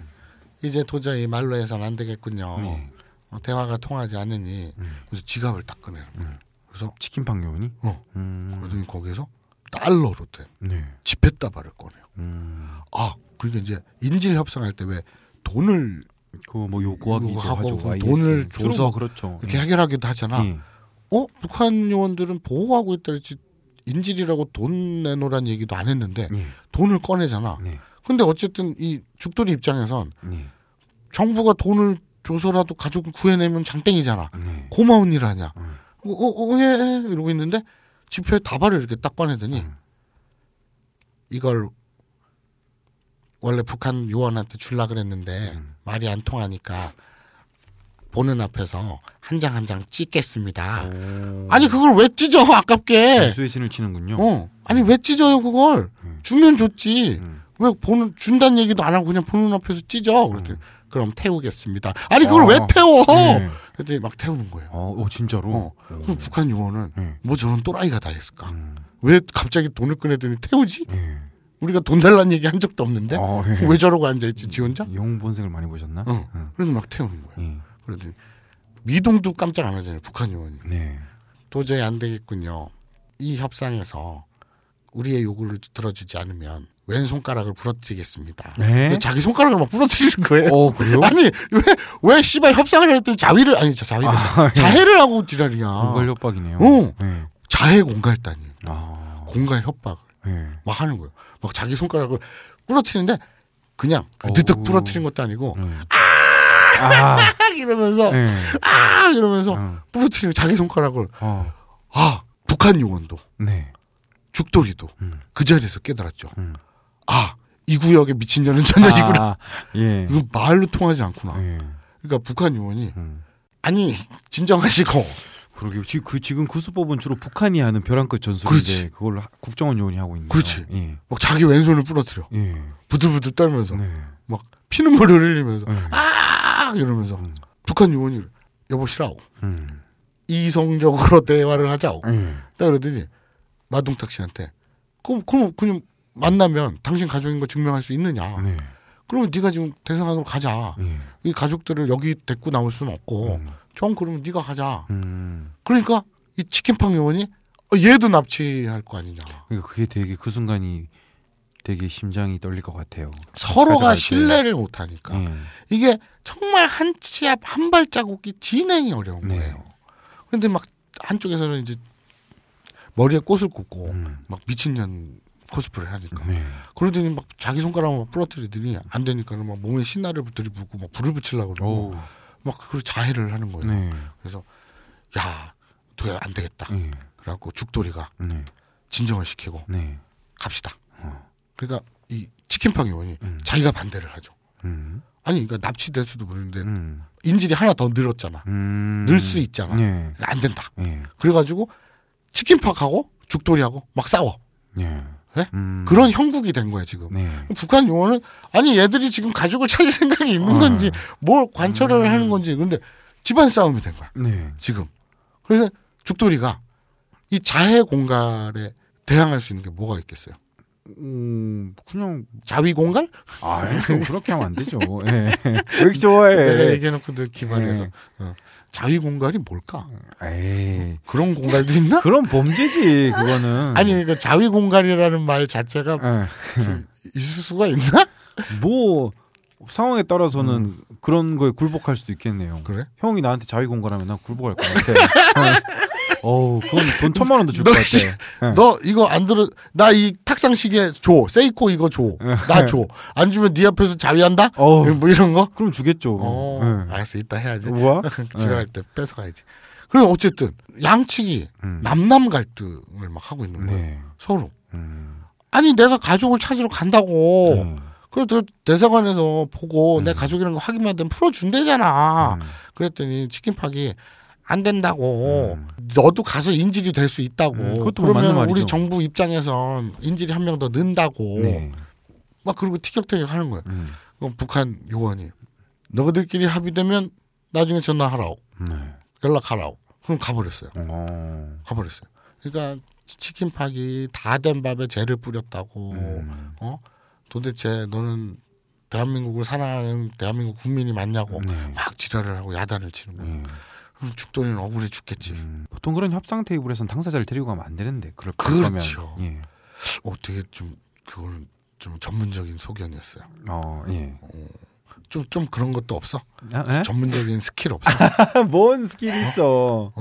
[SPEAKER 3] 이제 도저히 말로 해서는 안 되겠군요.
[SPEAKER 4] 네.
[SPEAKER 3] 어, 대화가 통하지 않으니
[SPEAKER 4] 예.
[SPEAKER 3] 그래서 지갑을 딱 꺼내는 거야. 그래서
[SPEAKER 4] 치킨팡 요원이.
[SPEAKER 3] 어.
[SPEAKER 4] 예. 음,
[SPEAKER 3] 그러더니 거기에서 달러로 된
[SPEAKER 4] 네.
[SPEAKER 3] 지폐다발을 꺼내요.
[SPEAKER 4] 음,
[SPEAKER 3] 아 그러니까 이제 인질 협상할 때 왜 돈을
[SPEAKER 4] 그거 뭐 요구하기도
[SPEAKER 3] 요구하고
[SPEAKER 4] 하죠.
[SPEAKER 3] 그
[SPEAKER 4] YS.
[SPEAKER 3] 돈을
[SPEAKER 4] 주로
[SPEAKER 3] 줘서
[SPEAKER 4] 뭐 그렇죠.
[SPEAKER 3] 이렇게 해결하기도 하잖아.
[SPEAKER 4] 예.
[SPEAKER 3] 어 북한 요원들은 보호하고 있다 그랬지 인질이라고 돈 내놓으란 얘기도 안 했는데
[SPEAKER 4] 예.
[SPEAKER 3] 돈을 꺼내잖아.
[SPEAKER 4] 네.
[SPEAKER 3] 근데 어쨌든 이 죽돌이 입장에선
[SPEAKER 4] 네.
[SPEAKER 3] 정부가 돈을 줘서라도 가족을 구해내면 장땡이잖아.
[SPEAKER 4] 네.
[SPEAKER 3] 고마운 일 하냐.
[SPEAKER 4] 음.
[SPEAKER 3] 어, 어, 어, 예, 예, 이러고 있는데 지폐 다발을 이렇게 딱 꺼내더니
[SPEAKER 4] 음.
[SPEAKER 3] 이걸 원래 북한 요원한테 줄라 그랬는데
[SPEAKER 4] 음.
[SPEAKER 3] 말이 안 통하니까 보는 앞에서 한 장 한 장 찢겠습니다.
[SPEAKER 4] 오.
[SPEAKER 3] 아니 그걸 왜 찢어 아깝게.
[SPEAKER 4] 수의 신을 치는군요.
[SPEAKER 3] 어. 아니 왜 찢어요 그걸?
[SPEAKER 4] 음.
[SPEAKER 3] 주면 줬지. 왜 보는 준다는 얘기도 안 하고 그냥 보는 앞에서 찢어. 그랬더니 그럼 태우겠습니다. 아니 그걸
[SPEAKER 4] 아.
[SPEAKER 3] 왜 태워?
[SPEAKER 4] 음. 네.
[SPEAKER 3] 그랬더니 막 태우는 거예요.
[SPEAKER 4] 어, 어, 진짜로.
[SPEAKER 3] 어. 그럼 북한 요원은
[SPEAKER 4] 네.
[SPEAKER 3] 뭐 저런 또라이가 다 했을까?
[SPEAKER 4] 음.
[SPEAKER 3] 왜 갑자기 돈을 꺼내더니 태우지?
[SPEAKER 4] 예.
[SPEAKER 3] 우리가 돈 달라는 얘기 한 적도 없는데
[SPEAKER 4] 어, 예. 음.
[SPEAKER 3] 왜 저러고 앉아있지 지 혼자?
[SPEAKER 4] 영 본색을 많이 보셨나?
[SPEAKER 3] 어.
[SPEAKER 4] 응.
[SPEAKER 3] 그래서 막 태우는 거예요.
[SPEAKER 4] 예.
[SPEAKER 3] 그러더니 미동도 깜짝 안 하잖아요. 북한 요원이.
[SPEAKER 4] 네.
[SPEAKER 3] 도저히 안 되겠군요. 이 협상에서 우리의 요구를 들어주지 않으면 왼 손가락을 부러뜨리겠습니다.
[SPEAKER 4] 네?
[SPEAKER 3] 근데 자기 손가락을 막 부러뜨리는 거예요.
[SPEAKER 4] 어, 그래요?
[SPEAKER 3] 아니 왜왜 씨발 협상을 했더니 자위를 아니 자- 자위를 자해를 하고 지랄이야.
[SPEAKER 4] 예. 공갈 협박이네요.
[SPEAKER 3] 아. 어.
[SPEAKER 4] 네.
[SPEAKER 3] 자해 공갈단이
[SPEAKER 4] 아.
[SPEAKER 3] 공갈 협박을
[SPEAKER 4] 예.
[SPEAKER 3] 막 하는 거예요. 막 자기 손가락을 부러뜨리는데 그냥 느득
[SPEAKER 4] 어우.
[SPEAKER 3] 부러뜨린 것도 아니고
[SPEAKER 4] 네. 아.
[SPEAKER 3] 딱 이러면서
[SPEAKER 4] 예.
[SPEAKER 3] 아 이러면서
[SPEAKER 4] 어.
[SPEAKER 3] 부러뜨리는 자기 손가락을
[SPEAKER 4] 어.
[SPEAKER 3] 아 북한 요원도
[SPEAKER 4] 네.
[SPEAKER 3] 죽돌이도
[SPEAKER 4] 음.
[SPEAKER 3] 그 자리에서 깨달았죠.
[SPEAKER 4] 음.
[SPEAKER 3] 아, 이 구역에 미친년은 전혀이구나.
[SPEAKER 4] 아, 예.
[SPEAKER 3] 이건 말로 통하지 않구나.
[SPEAKER 4] 예.
[SPEAKER 3] 그러니까 북한 요원이
[SPEAKER 4] 음.
[SPEAKER 3] 아니 진정하시고
[SPEAKER 4] 그러게요. 지, 그, 지금 그 수법은 주로 북한이 하는 벼랑 끝 전술인데
[SPEAKER 3] 그렇지.
[SPEAKER 4] 그걸 하- 국정원 요원이 하고 있네요.
[SPEAKER 3] 그렇지.
[SPEAKER 4] 예.
[SPEAKER 3] 막 자기 왼손을 부러뜨려.
[SPEAKER 4] 예.
[SPEAKER 3] 부들부들 떨면서
[SPEAKER 4] 네.
[SPEAKER 3] 막 피눈물을 흘리면서
[SPEAKER 4] 네.
[SPEAKER 3] 아 이러면서 북한 요원이 여보시라고
[SPEAKER 4] 음.
[SPEAKER 3] 이성적으로 대화를 하자고.
[SPEAKER 4] 예.
[SPEAKER 3] 딱 그러더니 마동탁 씨한테 그럼 그럼 그냥 만나면 당신 가족인 거 증명할 수 있느냐?
[SPEAKER 4] 네.
[SPEAKER 3] 그러면 네가 지금 대사관으로 가자.
[SPEAKER 4] 예.
[SPEAKER 3] 이 가족들을 여기 데리고 나올 수는 없고 전 그러면 네가 가자.
[SPEAKER 4] 음.
[SPEAKER 3] 그러니까 이 치킨팡 요원이 어, 얘도 납치할 거 아니냐.
[SPEAKER 4] 그러니까 그게 되게 그 순간이 되게 심장이 떨릴 것 같아요.
[SPEAKER 3] 서로가
[SPEAKER 4] 찾아갈 때.
[SPEAKER 3] 신뢰를 못 하니까
[SPEAKER 4] 예.
[SPEAKER 3] 이게 정말 한 치 앞 한 발자국이 진행이 어려운
[SPEAKER 4] 네.
[SPEAKER 3] 거예요. 그런데 막 한쪽에서는 이제 머리에 꽃을 꽂고 막 미친년 코스프레를 하니까
[SPEAKER 4] 음. 네.
[SPEAKER 3] 그러더니 막 자기 손가락 막 부러뜨리더니 안 되니까는 막 몸에 신나를 들이부고 막 불을 붙이려고 그러고
[SPEAKER 4] 오.
[SPEAKER 3] 막 그걸 자해를 하는 거예요.
[SPEAKER 4] 네.
[SPEAKER 3] 그래서 야, 도저히 안 되겠다.
[SPEAKER 4] 예.
[SPEAKER 3] 그래갖고 죽돌이가
[SPEAKER 4] 네.
[SPEAKER 3] 진정을 시키고
[SPEAKER 4] 네.
[SPEAKER 3] 갑시다.
[SPEAKER 4] 어.
[SPEAKER 3] 그러니까 이 치킨팡 요원이 자기가 반대를 하죠.
[SPEAKER 4] 음.
[SPEAKER 3] 아니 그러니까 납치될수도 모르는데
[SPEAKER 4] 음.
[SPEAKER 3] 인질이 하나 더 늘었잖아.
[SPEAKER 4] 음.
[SPEAKER 3] 늘 수 있잖아.
[SPEAKER 4] 예.
[SPEAKER 3] 안 된다.
[SPEAKER 4] 예.
[SPEAKER 3] 그래가지고 치킨팍하고 죽돌이하고 막 싸워.
[SPEAKER 4] 예.
[SPEAKER 3] 예?
[SPEAKER 4] 음.
[SPEAKER 3] 그런 형국이 된 거야 지금.
[SPEAKER 4] 네.
[SPEAKER 3] 북한 요원은 아니 얘들이 지금 가족을 찾을 생각이
[SPEAKER 4] 어.
[SPEAKER 3] 있는 건지 뭘 관철을
[SPEAKER 4] 음.
[SPEAKER 3] 하는 건지 근데 집안 싸움이 된 거야
[SPEAKER 4] 네.
[SPEAKER 3] 지금. 그래서 죽돌이가 이 자해 공갈에 대항할 수 있는 게 뭐가 있겠어요?
[SPEAKER 4] 음, 그냥
[SPEAKER 3] 자위 공갈?
[SPEAKER 4] 아,
[SPEAKER 3] 네.
[SPEAKER 4] 그렇게 하면 안 되죠. 예. 네, 왜 이렇게 좋아해?
[SPEAKER 3] 내가 얘기해놓고 늘 기만해서
[SPEAKER 4] 예.
[SPEAKER 3] 어. 자위 공갈이 뭘까?
[SPEAKER 4] 에이.
[SPEAKER 3] 그런 공갈도 있나?
[SPEAKER 4] 음. 네. 그런 범죄지 그거는.
[SPEAKER 3] 아니 그러니까 자위 공갈이라는 말 자체가
[SPEAKER 4] 예.
[SPEAKER 3] 있을 수가 있나?
[SPEAKER 4] 뭐 상황에 따라서는 그런 거에 굴복할 수도 있겠네요.
[SPEAKER 3] 음. 그래?
[SPEAKER 4] 형이 나한테 자위 공갈하면 난 굴복할 것 같아. 어우, 그건 돈 천만 원도 줄 것
[SPEAKER 3] 너 씨,
[SPEAKER 4] 같아. 예.
[SPEAKER 3] 너 이거 안 들어 나 이 탁상 시계 줘 세이코 이거 줘 나 줘 안 주면 네 앞에서 자위한다
[SPEAKER 4] 어우.
[SPEAKER 3] 뭐 이런 거
[SPEAKER 4] 그럼 주겠죠.
[SPEAKER 3] 어,
[SPEAKER 4] 예.
[SPEAKER 3] 알았어 이따 해야지
[SPEAKER 4] 뭐야?
[SPEAKER 3] 집에 갈 때 뺏어 가야지 그래 어쨌든 양측이
[SPEAKER 4] 음.
[SPEAKER 3] 남남 갈등을 막 하고 있는 거예요
[SPEAKER 4] 네.
[SPEAKER 3] 서로
[SPEAKER 4] 음.
[SPEAKER 3] 아니 내가 가족을 찾으러 간다고
[SPEAKER 4] 네.
[SPEAKER 3] 그래서 대사관에서 보고
[SPEAKER 4] 음.
[SPEAKER 3] 내 가족이라는 거 확인만 되면 풀어준대잖아 그랬더니 치킨팍이 안 된다고 너도 가서 인질이 될 수 있다고
[SPEAKER 4] 음, 그것도
[SPEAKER 3] 그러면
[SPEAKER 4] 맞는 말이죠.
[SPEAKER 3] 우리 정부 입장에선 인질이 한 명 더 는다고
[SPEAKER 4] 네.
[SPEAKER 3] 막 그러고 티격태격 하는 거야
[SPEAKER 4] 음.
[SPEAKER 3] 그럼 북한 요원이 너희들끼리 합의되면 나중에 전화하라고
[SPEAKER 4] 네.
[SPEAKER 3] 연락하라고 그럼 가버렸어요
[SPEAKER 4] 어.
[SPEAKER 3] 가버렸어요 그러니까 치킨팍이 다 된 밥에 재를 뿌렸다고
[SPEAKER 4] 음.
[SPEAKER 3] 어 도대체 너는 대한민국을 사랑하는 대한민국 국민이 맞냐고
[SPEAKER 4] 네.
[SPEAKER 3] 막 지랄을 하고 야단을 치는 거예요
[SPEAKER 4] 예.
[SPEAKER 3] 그럼 죽돌이는 억울해 죽겠지
[SPEAKER 4] 음, 보통 그런 협상 테이블에서는 당사자를 데리고 가면 안 되는데 그럴
[SPEAKER 3] 그렇죠.
[SPEAKER 4] 거면 예.
[SPEAKER 3] 어, 되게 좀 그거는 좀 전문적인 소견이었어요.
[SPEAKER 4] 어, 예.
[SPEAKER 3] 좀 좀 그런 것도 없어.
[SPEAKER 4] 아,
[SPEAKER 3] 네?
[SPEAKER 4] 에?
[SPEAKER 3] 전문적인 스킬 없어.
[SPEAKER 4] 뭔 스킬 있어?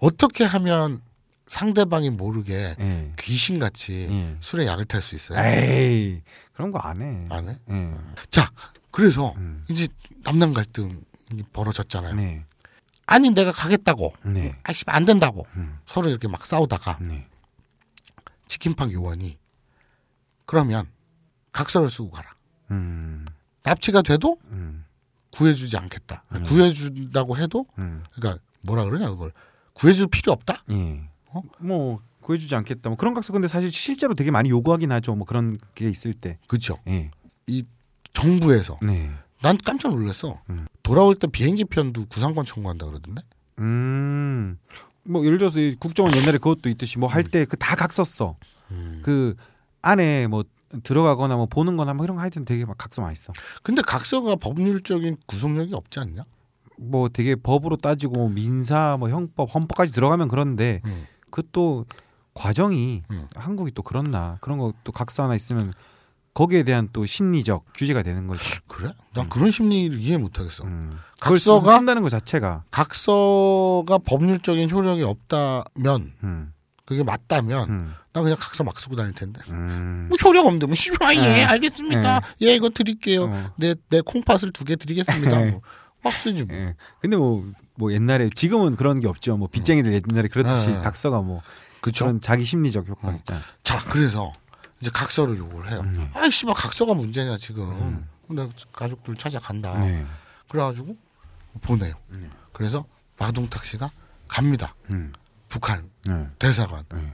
[SPEAKER 3] 어떻게 하면 상대방이 모르게
[SPEAKER 4] 예.
[SPEAKER 3] 귀신같이
[SPEAKER 4] 예.
[SPEAKER 3] 술에 약을 탈 수 있어요?
[SPEAKER 4] 에이 그런 거 안 해.
[SPEAKER 3] 안 해?
[SPEAKER 4] 예.
[SPEAKER 3] 자, 그래서
[SPEAKER 4] 음.
[SPEAKER 3] 이제 남남 갈등이 벌어졌잖아요.
[SPEAKER 4] 네.
[SPEAKER 3] 아니 내가 가겠다고.
[SPEAKER 4] 네.
[SPEAKER 3] 아씨 안 된다고.
[SPEAKER 4] 음.
[SPEAKER 3] 서로 이렇게 막 싸우다가
[SPEAKER 4] 네.
[SPEAKER 3] 치킨팡 요원이 그러면 각서를 쓰고 가라.
[SPEAKER 4] 음.
[SPEAKER 3] 납치가 돼도
[SPEAKER 4] 음.
[SPEAKER 3] 구해주지 않겠다.
[SPEAKER 4] 네.
[SPEAKER 3] 구해준다고 해도
[SPEAKER 4] 음.
[SPEAKER 3] 그러니까 뭐라 그러냐 그걸 구해줄 필요 없다.
[SPEAKER 4] 예.
[SPEAKER 3] 어?
[SPEAKER 4] 뭐 구해주지 않겠다. 뭐 그런 각서 근데 사실 실제로 되게 많이 요구하긴 하죠. 뭐 그런 게 있을 때.
[SPEAKER 3] 그죠?
[SPEAKER 4] 예.
[SPEAKER 3] 이 정부에서
[SPEAKER 4] 네.
[SPEAKER 3] 난 깜짝 놀랐어.
[SPEAKER 4] 음.
[SPEAKER 3] 돌아올 때 비행기 편도 구상권 청구한다 그러던데.
[SPEAKER 4] 음. 뭐 예를 들어서 이 국정원 옛날에 그것도 있듯이 뭐
[SPEAKER 3] 음.
[SPEAKER 4] 할 때 그 다 각썼어 그 안에 뭐 들어가거나 뭐 보는 거나 뭐 이런 거 하여튼 되게 막 각서 많이 써.
[SPEAKER 3] 근데 각서가 법률적인 구속력이 없지 않냐?
[SPEAKER 4] 뭐 되게 법으로 따지고 뭐 민사 뭐 형법 헌법까지 들어가면 그런데
[SPEAKER 3] 음.
[SPEAKER 4] 그것도 과정이
[SPEAKER 3] 음.
[SPEAKER 4] 한국이 또 그렇나 그런 거 또 각서 하나 있으면 거기에 대한 또 심리적 규제가 되는 거죠.
[SPEAKER 3] 그래? 난 그런 심리를 이해 못하겠어.
[SPEAKER 4] 음.
[SPEAKER 3] 각서가-
[SPEAKER 4] 각서가 쓴다는 것 자체가
[SPEAKER 3] 각서가 법률적인 효력이 없다면
[SPEAKER 4] 음.
[SPEAKER 3] 그게 맞다면
[SPEAKER 4] 음.
[SPEAKER 3] 난 그냥 각서 막 쓰고 다닐 텐데.
[SPEAKER 4] 음. 네.
[SPEAKER 3] 뭐 효력 없는데 뭐 씨발 예 알겠습니다. 예 이거 드릴게요.
[SPEAKER 4] 어.
[SPEAKER 3] 내
[SPEAKER 4] 네.
[SPEAKER 3] 내 콩팥을 두 개 드리겠습니다. 뭐. 막 쓰지 뭐.
[SPEAKER 4] 예. 근데 뭐, 뭐 옛날에 지금은 그런 게 없죠. 뭐 빚쟁이들 옛날에 그렇듯이
[SPEAKER 3] 예.
[SPEAKER 4] 각서가 뭐
[SPEAKER 3] 그쵸? 예.
[SPEAKER 4] 그런 자기 심리적 효과 가 있잖아.
[SPEAKER 3] 자, 그래서 이제 각서를 요구를
[SPEAKER 4] 음,
[SPEAKER 3] 해요.
[SPEAKER 4] 네.
[SPEAKER 3] 아이 씨발 각서가 문제냐 지금. 내가 가족들 찾아간다.
[SPEAKER 4] 네.
[SPEAKER 3] 그래가지고 보내요. 그래서 마동탁 씨가 갑니다.
[SPEAKER 4] 음.
[SPEAKER 3] 북한
[SPEAKER 4] 네.
[SPEAKER 3] 대사관,
[SPEAKER 4] 네.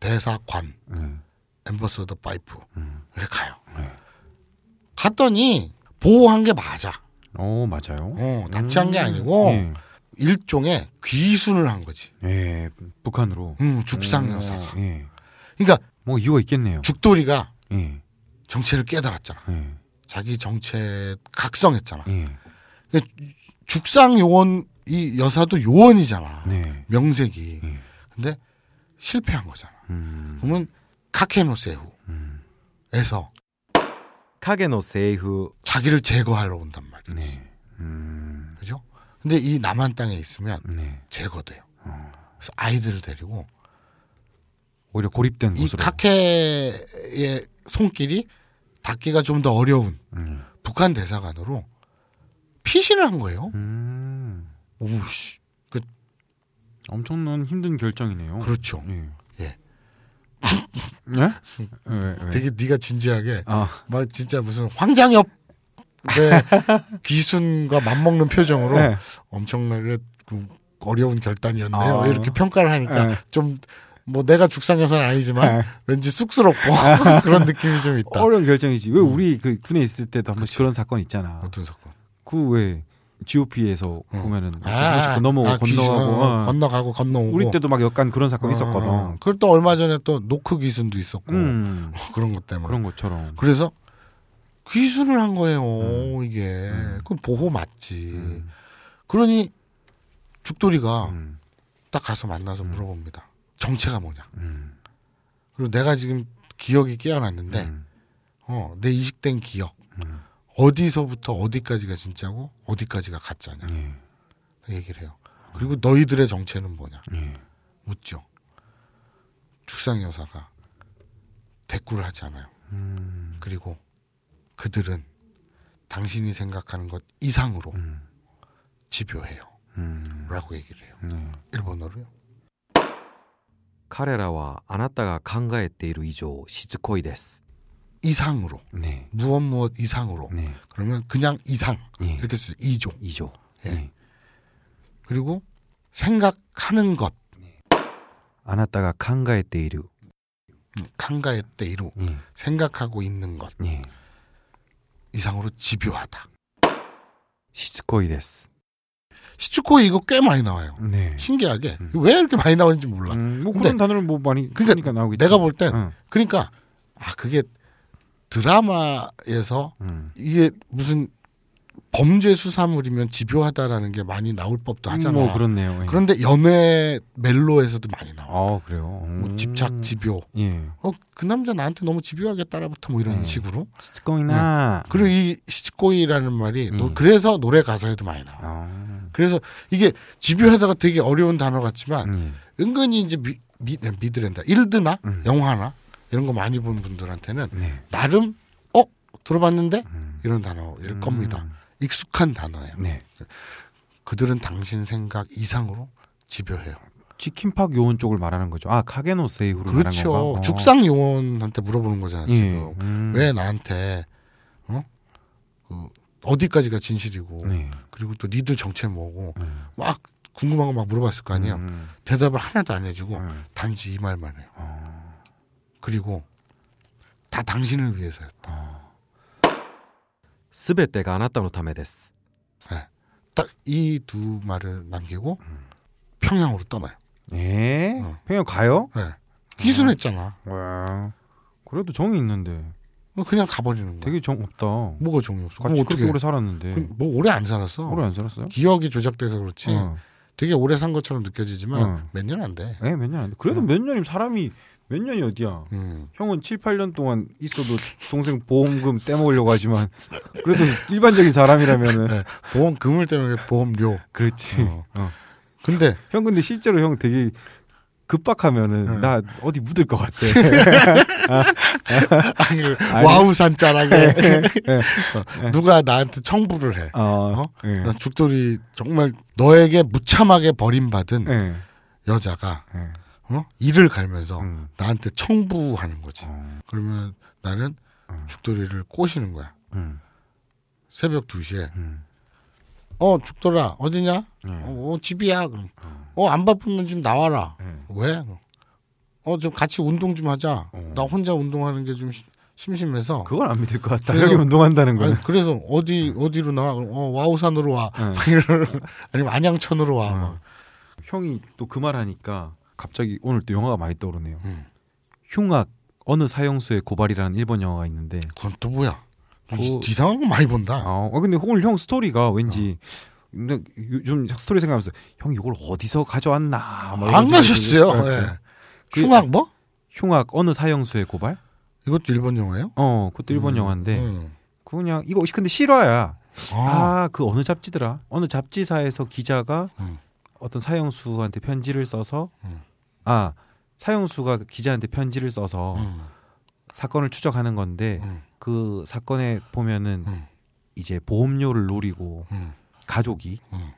[SPEAKER 3] 대사관,
[SPEAKER 4] 네.
[SPEAKER 3] 엠버서더 파이프.
[SPEAKER 4] 음.
[SPEAKER 3] 이렇게 가요.
[SPEAKER 4] 네.
[SPEAKER 3] 갔더니 보호한 게 맞아.
[SPEAKER 4] 어 맞아요.
[SPEAKER 3] 어, 납치한 게 아니고
[SPEAKER 4] 예.
[SPEAKER 3] 일종의 귀순을 한 거지.
[SPEAKER 4] 예, 북한으로.
[SPEAKER 3] 음, 죽상 여사가.
[SPEAKER 4] 예.
[SPEAKER 3] 그러니까
[SPEAKER 4] 뭐 이유가 있겠네요.
[SPEAKER 3] 죽돌이가
[SPEAKER 4] 예.
[SPEAKER 3] 정체를 깨달았잖아.
[SPEAKER 4] 예.
[SPEAKER 3] 자기 정체 각성했잖아.
[SPEAKER 4] 예.
[SPEAKER 3] 죽상 요원 이 여사도 요원이잖아.
[SPEAKER 4] 네.
[SPEAKER 3] 명색이.
[SPEAKER 4] 예.
[SPEAKER 3] 근데 실패한 거잖아.
[SPEAKER 4] 음.
[SPEAKER 3] 그러면 카케노세후에서
[SPEAKER 4] 음.
[SPEAKER 1] 影のセーフ
[SPEAKER 3] 자기를 제거하러 온단 말이지.
[SPEAKER 4] 네. 음.
[SPEAKER 3] 그죠? 근데 이 남한 땅에 있으면
[SPEAKER 4] 네.
[SPEAKER 3] 제거돼요. 그래서 아이들을 데리고
[SPEAKER 4] 오히려 고립된
[SPEAKER 3] 이
[SPEAKER 4] 곳으로.
[SPEAKER 3] 카케의 손길이 닿기가 좀 더 어려운
[SPEAKER 4] 음.
[SPEAKER 3] 북한 대사관으로 피신을 한 거예요.
[SPEAKER 4] 음.
[SPEAKER 3] 오씨,
[SPEAKER 4] 엄청난 힘든 결정이네요.
[SPEAKER 3] 그렇죠.
[SPEAKER 4] 예.
[SPEAKER 3] 예.
[SPEAKER 4] 예? 예, 예.
[SPEAKER 3] 되게 네가 진지하게
[SPEAKER 4] 아.
[SPEAKER 3] 말 진짜 무슨 황장엽 네. 귀순과 맞먹는 표정으로
[SPEAKER 4] 네.
[SPEAKER 3] 엄청나게 그 어려운 결단이었네요.
[SPEAKER 4] 아.
[SPEAKER 3] 이렇게 평가를 하니까
[SPEAKER 4] 네.
[SPEAKER 3] 좀 뭐 내가 죽상 여사는 아니지만
[SPEAKER 4] 네.
[SPEAKER 3] 왠지 쑥스럽고 그런 느낌이 좀 있다. 음.
[SPEAKER 4] 어려운 결정이지. 왜 우리 그 군에 있을 때도 한번 그런 사건 있잖아.
[SPEAKER 3] 어떤 사건?
[SPEAKER 4] 그 왜 GOP에서 보면은 조금씩 그 건너오고
[SPEAKER 3] 어. 아, 귀순.
[SPEAKER 4] 건너가고
[SPEAKER 3] 어,
[SPEAKER 4] 어.
[SPEAKER 3] 건너가고 건너오고
[SPEAKER 4] 우리 때도 막 약간 그런 사건 이 있었거든.
[SPEAKER 3] 어, 그걸 또 얼마 전에 또 노크 귀순도 있었고
[SPEAKER 4] 음
[SPEAKER 3] 그런 것 때문에.
[SPEAKER 4] 그런 것처럼.
[SPEAKER 3] 그래서 귀순을 한 거예요.
[SPEAKER 4] 음.
[SPEAKER 3] 이게 그 보호 맞지. 그러니 죽돌이가
[SPEAKER 4] 음.
[SPEAKER 3] 딱 가서 만나서 물어봅니다. 정체가 뭐냐.
[SPEAKER 4] 음.
[SPEAKER 3] 그리고 내가 지금 기억이 깨어났는데
[SPEAKER 4] 음.
[SPEAKER 3] 어, 내 이식된 기억 어디서부터 어디까지가 진짜고 어디까지가 가짜냐
[SPEAKER 4] 예.
[SPEAKER 3] 얘기를 해요. 그리고 너희들의 정체는 뭐냐
[SPEAKER 4] 예.
[SPEAKER 3] 묻죠. 죽상 여사가 대꾸를 하지 않아요.
[SPEAKER 4] 음.
[SPEAKER 3] 그리고 그들은 당신이 생각하는 것 이상으로
[SPEAKER 4] 음.
[SPEAKER 3] 집요해요.
[SPEAKER 4] 음.
[SPEAKER 3] 라고 얘기를 해요.
[SPEAKER 4] 네.
[SPEAKER 3] 일본어로요.
[SPEAKER 1] 彼らはあなたが考えている以上しつこいです
[SPEAKER 3] 이상으로.
[SPEAKER 4] 네.
[SPEAKER 3] 무엇 무엇 이상으로.
[SPEAKER 4] 네.
[SPEAKER 3] 그러면 그냥 이상.
[SPEAKER 4] 예.
[SPEAKER 3] 이렇게 쓰죠. 이조.
[SPEAKER 1] 以上
[SPEAKER 4] 예.
[SPEAKER 3] 그리고 생각하는 것.
[SPEAKER 1] あなたが考えている
[SPEAKER 3] 칸가의 때이로.
[SPEAKER 4] 예.
[SPEAKER 3] 생각하고 있는 것.
[SPEAKER 4] 예.
[SPEAKER 3] 이상으로 집요하다.
[SPEAKER 1] しつこいです
[SPEAKER 3] 시츄코에 이거 꽤 많이 나와요.
[SPEAKER 4] 네.
[SPEAKER 3] 신기하게.
[SPEAKER 4] 음.
[SPEAKER 3] 왜 이렇게 많이 나오는지 몰라.
[SPEAKER 4] 음, 뭐
[SPEAKER 3] 근데-
[SPEAKER 4] 그런 단어를 뭐 많이
[SPEAKER 3] 그러니까
[SPEAKER 4] 그러니까 나오겠지.
[SPEAKER 3] 내가 볼 땐
[SPEAKER 4] 응.
[SPEAKER 3] 그러니까 아 그게 드라마에서
[SPEAKER 4] 음.
[SPEAKER 3] 이게 무슨 범죄 수사물이면 집요하다라는 게 많이 나올 법도 하잖아.
[SPEAKER 4] 뭐 그렇네요. 예.
[SPEAKER 3] 그런데 연애 멜로에서도 많이 나와.
[SPEAKER 4] 아 그래요.
[SPEAKER 3] 뭐
[SPEAKER 4] 음.
[SPEAKER 3] 집착, 집요.
[SPEAKER 4] 예.
[SPEAKER 3] 어 그 남자 나한테 너무 집요하게 따라붙어 뭐 이런
[SPEAKER 4] 음.
[SPEAKER 3] 식으로.
[SPEAKER 4] 시츠코이나.
[SPEAKER 3] 그리고 이 시치코이라는 말이 노-
[SPEAKER 4] 음.
[SPEAKER 3] 그래서 노래 가사에도 많이 나와.
[SPEAKER 4] 아.
[SPEAKER 3] 그래서 이게 집요하다가 되게 어려운 단어 같지만
[SPEAKER 4] 예.
[SPEAKER 3] 은근히 이제 미, 미, 미드랜다 일드나
[SPEAKER 4] 음.
[SPEAKER 3] 영화나 이런 거 많이 본 분들한테는
[SPEAKER 4] 네.
[SPEAKER 3] 나름 어 들어봤는데
[SPEAKER 4] 음.
[SPEAKER 3] 이런 단어일
[SPEAKER 4] 음.
[SPEAKER 3] 겁니다. 익숙한 단어예요.
[SPEAKER 4] 네.
[SPEAKER 3] 그들은 당신 생각 이상으로 집요해요.
[SPEAKER 4] 치킨팍 요원 쪽을 말하는 거죠. 아 카게노 세이후를 음, 말한 건가?
[SPEAKER 3] 그렇죠.
[SPEAKER 4] 어.
[SPEAKER 3] 죽상 요원한테 물어보는 거잖아요.
[SPEAKER 4] 예.
[SPEAKER 3] 지금
[SPEAKER 4] 음.
[SPEAKER 3] 왜 나한테 어? 그 어디까지가 진실이고
[SPEAKER 4] 네.
[SPEAKER 3] 그리고 또 니들 정체 뭐고
[SPEAKER 4] 음.
[SPEAKER 3] 막 궁금한 거 막 물어봤을 거 아니에요.
[SPEAKER 4] 음.
[SPEAKER 3] 대답을 하나도 안 해주고
[SPEAKER 4] 음.
[SPEAKER 3] 단지 이 말만 해요.
[SPEAKER 4] 어.
[SPEAKER 3] 그리고 다 당신을 위해서요.
[SPEAKER 1] すべてがあなたのためです
[SPEAKER 3] 예. 딱 이 두 말을 남기고 평양으로 떠나요.
[SPEAKER 4] 예?
[SPEAKER 3] 어.
[SPEAKER 4] 평양 가요?
[SPEAKER 3] 네. 기순했잖아. 어,
[SPEAKER 4] 와. 그래도 정이 있는데
[SPEAKER 3] 그냥 가버리는 거야.
[SPEAKER 4] 되게 정 없다.
[SPEAKER 3] 뭐가 종이 없어. 그럼
[SPEAKER 4] 같이
[SPEAKER 3] 어떻게
[SPEAKER 4] 그렇게 오래
[SPEAKER 3] 오래
[SPEAKER 4] 살았는데
[SPEAKER 3] 뭐 오래 안 살았어.
[SPEAKER 4] 오래 안 살았어요?
[SPEAKER 3] 기억이 조작돼서 그렇지.
[SPEAKER 4] 어.
[SPEAKER 3] 되게 오래 산 것처럼 느껴지지만
[SPEAKER 4] 어.
[SPEAKER 3] 몇 년 안 돼.
[SPEAKER 4] 예, 몇년 안 돼.
[SPEAKER 3] 네.
[SPEAKER 4] 그래도 몇 년이면 사람이 몇 년이 어디야?
[SPEAKER 3] 음.
[SPEAKER 4] 형은 7, 8년 동안 있어도 동생 보험금 떼먹으려고 하지만 그래도 일반적인 사람이라면은
[SPEAKER 3] 네. 보험 금을 때문에 보험료.
[SPEAKER 4] 그렇지.
[SPEAKER 3] 어.
[SPEAKER 4] 어.
[SPEAKER 3] 근데
[SPEAKER 4] 형 근데 실제로 형 되게 급박하면은
[SPEAKER 3] 응.
[SPEAKER 4] 나 어디 묻을 것 같아.
[SPEAKER 3] 아니, 와우 산자락에
[SPEAKER 4] 예.
[SPEAKER 3] 어, 누가 나한테 청부를 해.
[SPEAKER 4] 어, 예.
[SPEAKER 3] 난 죽돌이 정말 너에게 무참하게 버림받은
[SPEAKER 4] 예.
[SPEAKER 3] 여자가
[SPEAKER 4] 예.
[SPEAKER 3] 어? 이를 갈면서
[SPEAKER 4] 음.
[SPEAKER 3] 나한테 청부하는 거지.
[SPEAKER 4] 어.
[SPEAKER 3] 그러면 나는
[SPEAKER 4] 음.
[SPEAKER 3] 죽돌이를 꼬시는 거야.
[SPEAKER 4] 음.
[SPEAKER 3] 새벽 2시에.
[SPEAKER 4] 음.
[SPEAKER 3] 어, 죽돌아, 어디냐?
[SPEAKER 4] 예.
[SPEAKER 3] 어, 어, 집이야. 그럼. 어 안 바쁘면 좀 나와라.
[SPEAKER 4] 음.
[SPEAKER 3] 왜? 어 좀 같이 운동 좀 하자.
[SPEAKER 4] 어.
[SPEAKER 3] 나 혼자 운동하는 게 좀 심심해서.
[SPEAKER 4] 그건 예. 안 믿을 것 같다.
[SPEAKER 3] 그래서-
[SPEAKER 4] 여기 운동한다는 거는.
[SPEAKER 3] 아니, 그래서 어디 어디로 나와? 그럼 어 와우산으로 와.
[SPEAKER 4] 응.
[SPEAKER 3] 이러는-
[SPEAKER 4] 예.
[SPEAKER 3] 아니면 안양천으로 와.
[SPEAKER 4] 어.
[SPEAKER 3] 막.
[SPEAKER 4] 형이 또 그 말 하니까 갑자기 오늘 또 영화가 많이 떠오르네요. 흉악 어느 사형수의 고발이라는 일본 영화가 있는데
[SPEAKER 3] 그건 또 뭐야? 너
[SPEAKER 4] 그-
[SPEAKER 3] 이- 이상한 거 많이 본다.
[SPEAKER 4] 아, 어, 근데 오늘 형 스토리가 왠지 근데 요즘 스토리 생각하면서 형 이걸 어디서 가져왔나 막 이런
[SPEAKER 3] 안
[SPEAKER 4] 생각이
[SPEAKER 3] 가셨어요.
[SPEAKER 4] 들고.
[SPEAKER 3] 예.
[SPEAKER 4] 그-
[SPEAKER 3] 흉악 뭐?
[SPEAKER 4] 흉악 어느 사형수의 고발?
[SPEAKER 3] 이것도 일본 영화예요?
[SPEAKER 4] 어, 그것도 일본 영화인데
[SPEAKER 3] 음.
[SPEAKER 4] 그냥 이거 근데 실화야.
[SPEAKER 3] 아,
[SPEAKER 4] 아, 그 어느 잡지더라? 어느 잡지사에서 기자가
[SPEAKER 3] 음.
[SPEAKER 4] 어떤 사형수한테 편지를 써서
[SPEAKER 3] 음.
[SPEAKER 4] 아, 사형수가 기자한테 편지를 써서
[SPEAKER 3] 음.
[SPEAKER 4] 사건을 추적하는 건데
[SPEAKER 3] 음.
[SPEAKER 4] 그 사건에 보면은
[SPEAKER 3] 음.
[SPEAKER 4] 이제 보험료를 노리고
[SPEAKER 3] 음.
[SPEAKER 4] 가족이
[SPEAKER 3] 음.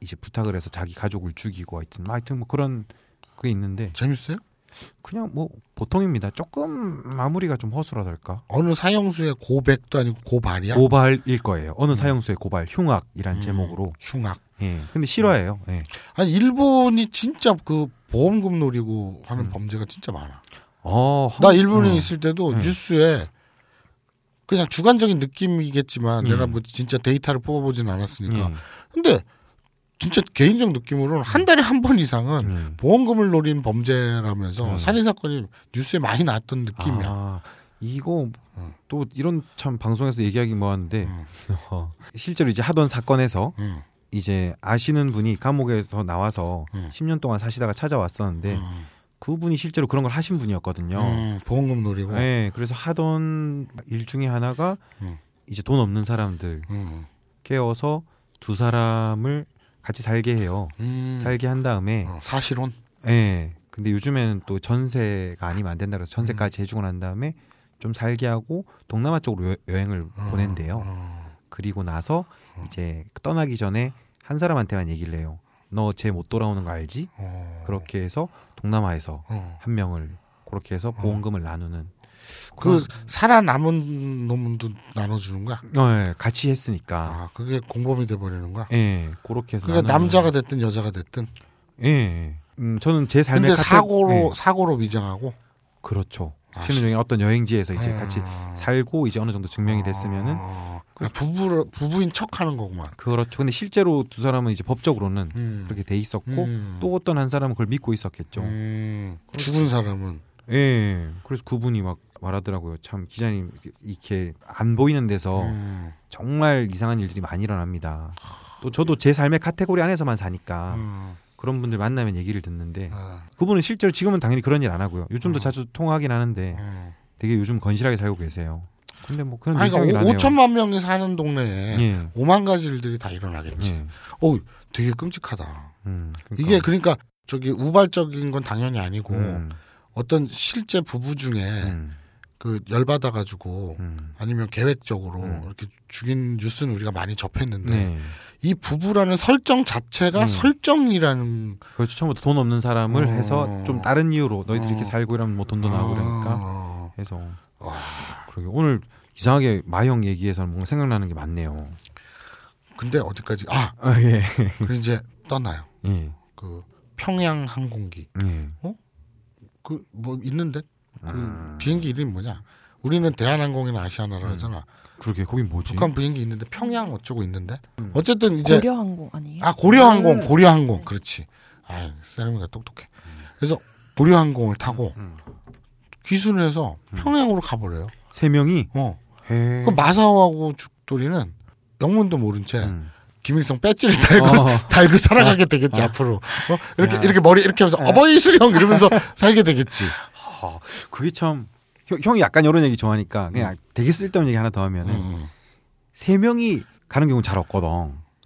[SPEAKER 4] 이제 부탁을 해서 자기 가족을 죽이고 하여튼 뭐 하여튼 뭐 그런 그게 있는데
[SPEAKER 3] 재밌어요?
[SPEAKER 4] 그냥 뭐 보통입니다. 조금 마무리가 좀 허술하달까?
[SPEAKER 3] 어느 사형수의 고백도 아니고 고발이야?
[SPEAKER 4] 고발일 거예요. 어느 사형수의 고발 흉악이란
[SPEAKER 3] 음,
[SPEAKER 4] 제목으로.
[SPEAKER 3] 흉악.
[SPEAKER 4] 예. 근데 실화예요. 예.
[SPEAKER 3] 아니 일본이 진짜 그 보험금 노리고 하는 범죄가 진짜 많아.
[SPEAKER 4] 어,
[SPEAKER 3] 나 일본에
[SPEAKER 4] 음.
[SPEAKER 3] 있을 때도
[SPEAKER 4] 음.
[SPEAKER 3] 뉴스에 그냥 주관적인 느낌이겠지만
[SPEAKER 4] 음.
[SPEAKER 3] 내가 뭐 진짜 데이터를 뽑아보진 않았으니까.
[SPEAKER 4] 예.
[SPEAKER 3] 근데 진짜 개인적 느낌으로는 한 달에 한 번 이상은
[SPEAKER 4] 음.
[SPEAKER 3] 보험금을 노린 범죄라면서
[SPEAKER 4] 음.
[SPEAKER 3] 살인 사건이 뉴스에 많이 나왔던 느낌이야.
[SPEAKER 4] 아, 이거
[SPEAKER 3] 음.
[SPEAKER 4] 또 이런 참 방송에서 얘기하기 뭐하는데
[SPEAKER 3] 음.
[SPEAKER 4] 실제로 이제 하던 사건에서
[SPEAKER 3] 음,
[SPEAKER 4] 이제 아시는 분이 감옥에서 나와서
[SPEAKER 3] 음.
[SPEAKER 4] 10년 동안 사시다가 찾아왔었는데
[SPEAKER 3] 음,
[SPEAKER 4] 그분이 실제로 그런 걸 하신 분이었거든요.
[SPEAKER 3] 음, 보험금 노리고.
[SPEAKER 4] 네, 그래서 하던 일 중에 하나가
[SPEAKER 3] 음.
[SPEAKER 4] 이제 돈 없는 사람들
[SPEAKER 3] 음,
[SPEAKER 4] 깨워서 두 사람을 같이 살게 해요.
[SPEAKER 3] 음.
[SPEAKER 4] 살게 한 다음에
[SPEAKER 3] 어, 사실혼.
[SPEAKER 4] 예. 근데 요즘에는 또 전세가 아니면 안 된다 그래서 전세까지 해주고 난 다음에 좀 살게 하고 동남아 쪽으로 여, 행을
[SPEAKER 3] 아,
[SPEAKER 4] 보낸대요.
[SPEAKER 3] 어,
[SPEAKER 4] 그리고 나서
[SPEAKER 3] 아.
[SPEAKER 4] 이제 떠나기 전에 한 사람한테만 얘기를 해요. 너 쟤 못 돌아오는 거 알지?
[SPEAKER 3] 어,
[SPEAKER 4] 그렇게 해서 동남아에서
[SPEAKER 3] 어.
[SPEAKER 4] 한 명을
[SPEAKER 3] 아.
[SPEAKER 4] 그렇게 해서 보험금을 나누는
[SPEAKER 3] 그 살아남은 놈도 나눠주는 거야.
[SPEAKER 4] 그런- 어, 예, 같이 했으니까
[SPEAKER 3] 아, 그게 공범이 돼버리는 거야.
[SPEAKER 4] 예 그렇게 해서
[SPEAKER 3] 그러니까
[SPEAKER 4] 나누는-
[SPEAKER 3] 남자가 됐든 여자가 됐든.
[SPEAKER 4] 예, 예. 음, 저는 제 삶의
[SPEAKER 3] 근데
[SPEAKER 4] 카테-
[SPEAKER 3] 사고로 아,
[SPEAKER 4] 예,
[SPEAKER 3] 사고로 위장하고.
[SPEAKER 4] 그렇죠 신우정이 어떤 여행지에서 네, 이제 같이
[SPEAKER 3] 아.
[SPEAKER 4] 살고 이제 어느 정도 증명이 됐으면은
[SPEAKER 3] 어, 그러니까 부부를 부부인 척하는 거구만.
[SPEAKER 4] 그렇죠. 근데 실제로 두 사람은 이제 법적으로는
[SPEAKER 3] 음.
[SPEAKER 4] 그렇게 돼 있었고
[SPEAKER 3] 음.
[SPEAKER 4] 또 어떤 한 사람은 그걸 믿고 있었겠죠. 그렇죠.
[SPEAKER 3] 음, 죽은 사람은
[SPEAKER 4] 예. 그래서 그분이 막 말하더라고요. 참 기자님 이렇게 안 보이는 데서
[SPEAKER 3] 음,
[SPEAKER 4] 정말 이상한 일들이 많이 일어납니다. 또 저도 제 삶의 카테고리 안에서만 사니까
[SPEAKER 3] 음,
[SPEAKER 4] 그런 분들 만나면 얘기를 듣는데
[SPEAKER 3] 아,
[SPEAKER 4] 그분은 실제로 지금은 당연히 그런 일 안 하고요. 요즘도 자주 통화하긴 하는데
[SPEAKER 3] 음.
[SPEAKER 4] 되게 요즘 건실하게 살고 계세요. 근데 뭐 그런
[SPEAKER 3] 아니,
[SPEAKER 4] 일상이
[SPEAKER 3] 그러니까
[SPEAKER 4] 나네요.
[SPEAKER 3] 5천만 명이 사는 동네에
[SPEAKER 4] 예.
[SPEAKER 3] 5만 가지 일들이 다 일어나겠지.
[SPEAKER 4] 예.
[SPEAKER 3] 어, 되게 끔찍하다.
[SPEAKER 4] 음, 그러니까.
[SPEAKER 3] 이게 그 그러니까 저기 우발적인 건 당연히 아니고
[SPEAKER 4] 음,
[SPEAKER 3] 어떤 실제 부부 중에
[SPEAKER 4] 음,
[SPEAKER 3] 그 열받아 가지고
[SPEAKER 4] 음.
[SPEAKER 3] 아니면 계획적으로
[SPEAKER 4] 음.
[SPEAKER 3] 이렇게 죽인 뉴스는 우리가 많이 접했는데
[SPEAKER 4] 네.
[SPEAKER 3] 이 부부라는 설정 자체가
[SPEAKER 4] 음.
[SPEAKER 3] 설정이라는
[SPEAKER 4] 그렇죠. 처음부터 돈 없는 사람을
[SPEAKER 3] 어.
[SPEAKER 4] 해서 좀 다른 이유로 너희들
[SPEAKER 3] 어.
[SPEAKER 4] 이렇게 살고 이러면 뭐 돈도 나오고 이러니까
[SPEAKER 3] 어.
[SPEAKER 4] 해서 그러게 오늘 이상하게 마형 얘기해서 뭔가 생각나는 게 많네요.
[SPEAKER 3] 근데 어디까지 아
[SPEAKER 4] 아 예.
[SPEAKER 3] 그리고 이제 떠나요
[SPEAKER 4] 예.
[SPEAKER 3] 그 평양 항공기
[SPEAKER 4] 예.
[SPEAKER 3] 그 뭐 있는데 그
[SPEAKER 4] 음.
[SPEAKER 3] 비행기 이름이 뭐냐 우리는 대한항공이나 아시아나라 하잖아
[SPEAKER 4] 그러게 거긴 뭐지?
[SPEAKER 3] 북한 비행기 있는데 평양 어쩌고 있는데
[SPEAKER 4] 음.
[SPEAKER 3] 어쨌든 이제
[SPEAKER 5] 고려항공 음. 아니에요?
[SPEAKER 3] 아 고려항공 고려항공 그렇지 아 세레미가 똑똑해
[SPEAKER 4] 음.
[SPEAKER 3] 그래서 고려항공을 타고 귀순을 해서
[SPEAKER 4] 음.
[SPEAKER 3] 평양으로 가버려요
[SPEAKER 4] 세 명이
[SPEAKER 3] 어
[SPEAKER 4] 해.
[SPEAKER 3] 그 마사오하고 죽돌이는 영문도 모른 채
[SPEAKER 4] 음.
[SPEAKER 3] 김일성 배지를 달고
[SPEAKER 4] 어.
[SPEAKER 3] 달고 살아가게 되겠지 앞으로 어? 이렇게 이렇게 머리 이렇게 하면서 어버이 수령 이러면서 살게 되겠지
[SPEAKER 4] 하, 그게 참 형, 형이 약간 이런 얘기 좋아하니까 그냥 되게 쓸데없는 얘기 하나 더 하면은
[SPEAKER 3] 음.
[SPEAKER 4] 세 명이 가는 경우 잘 없거든.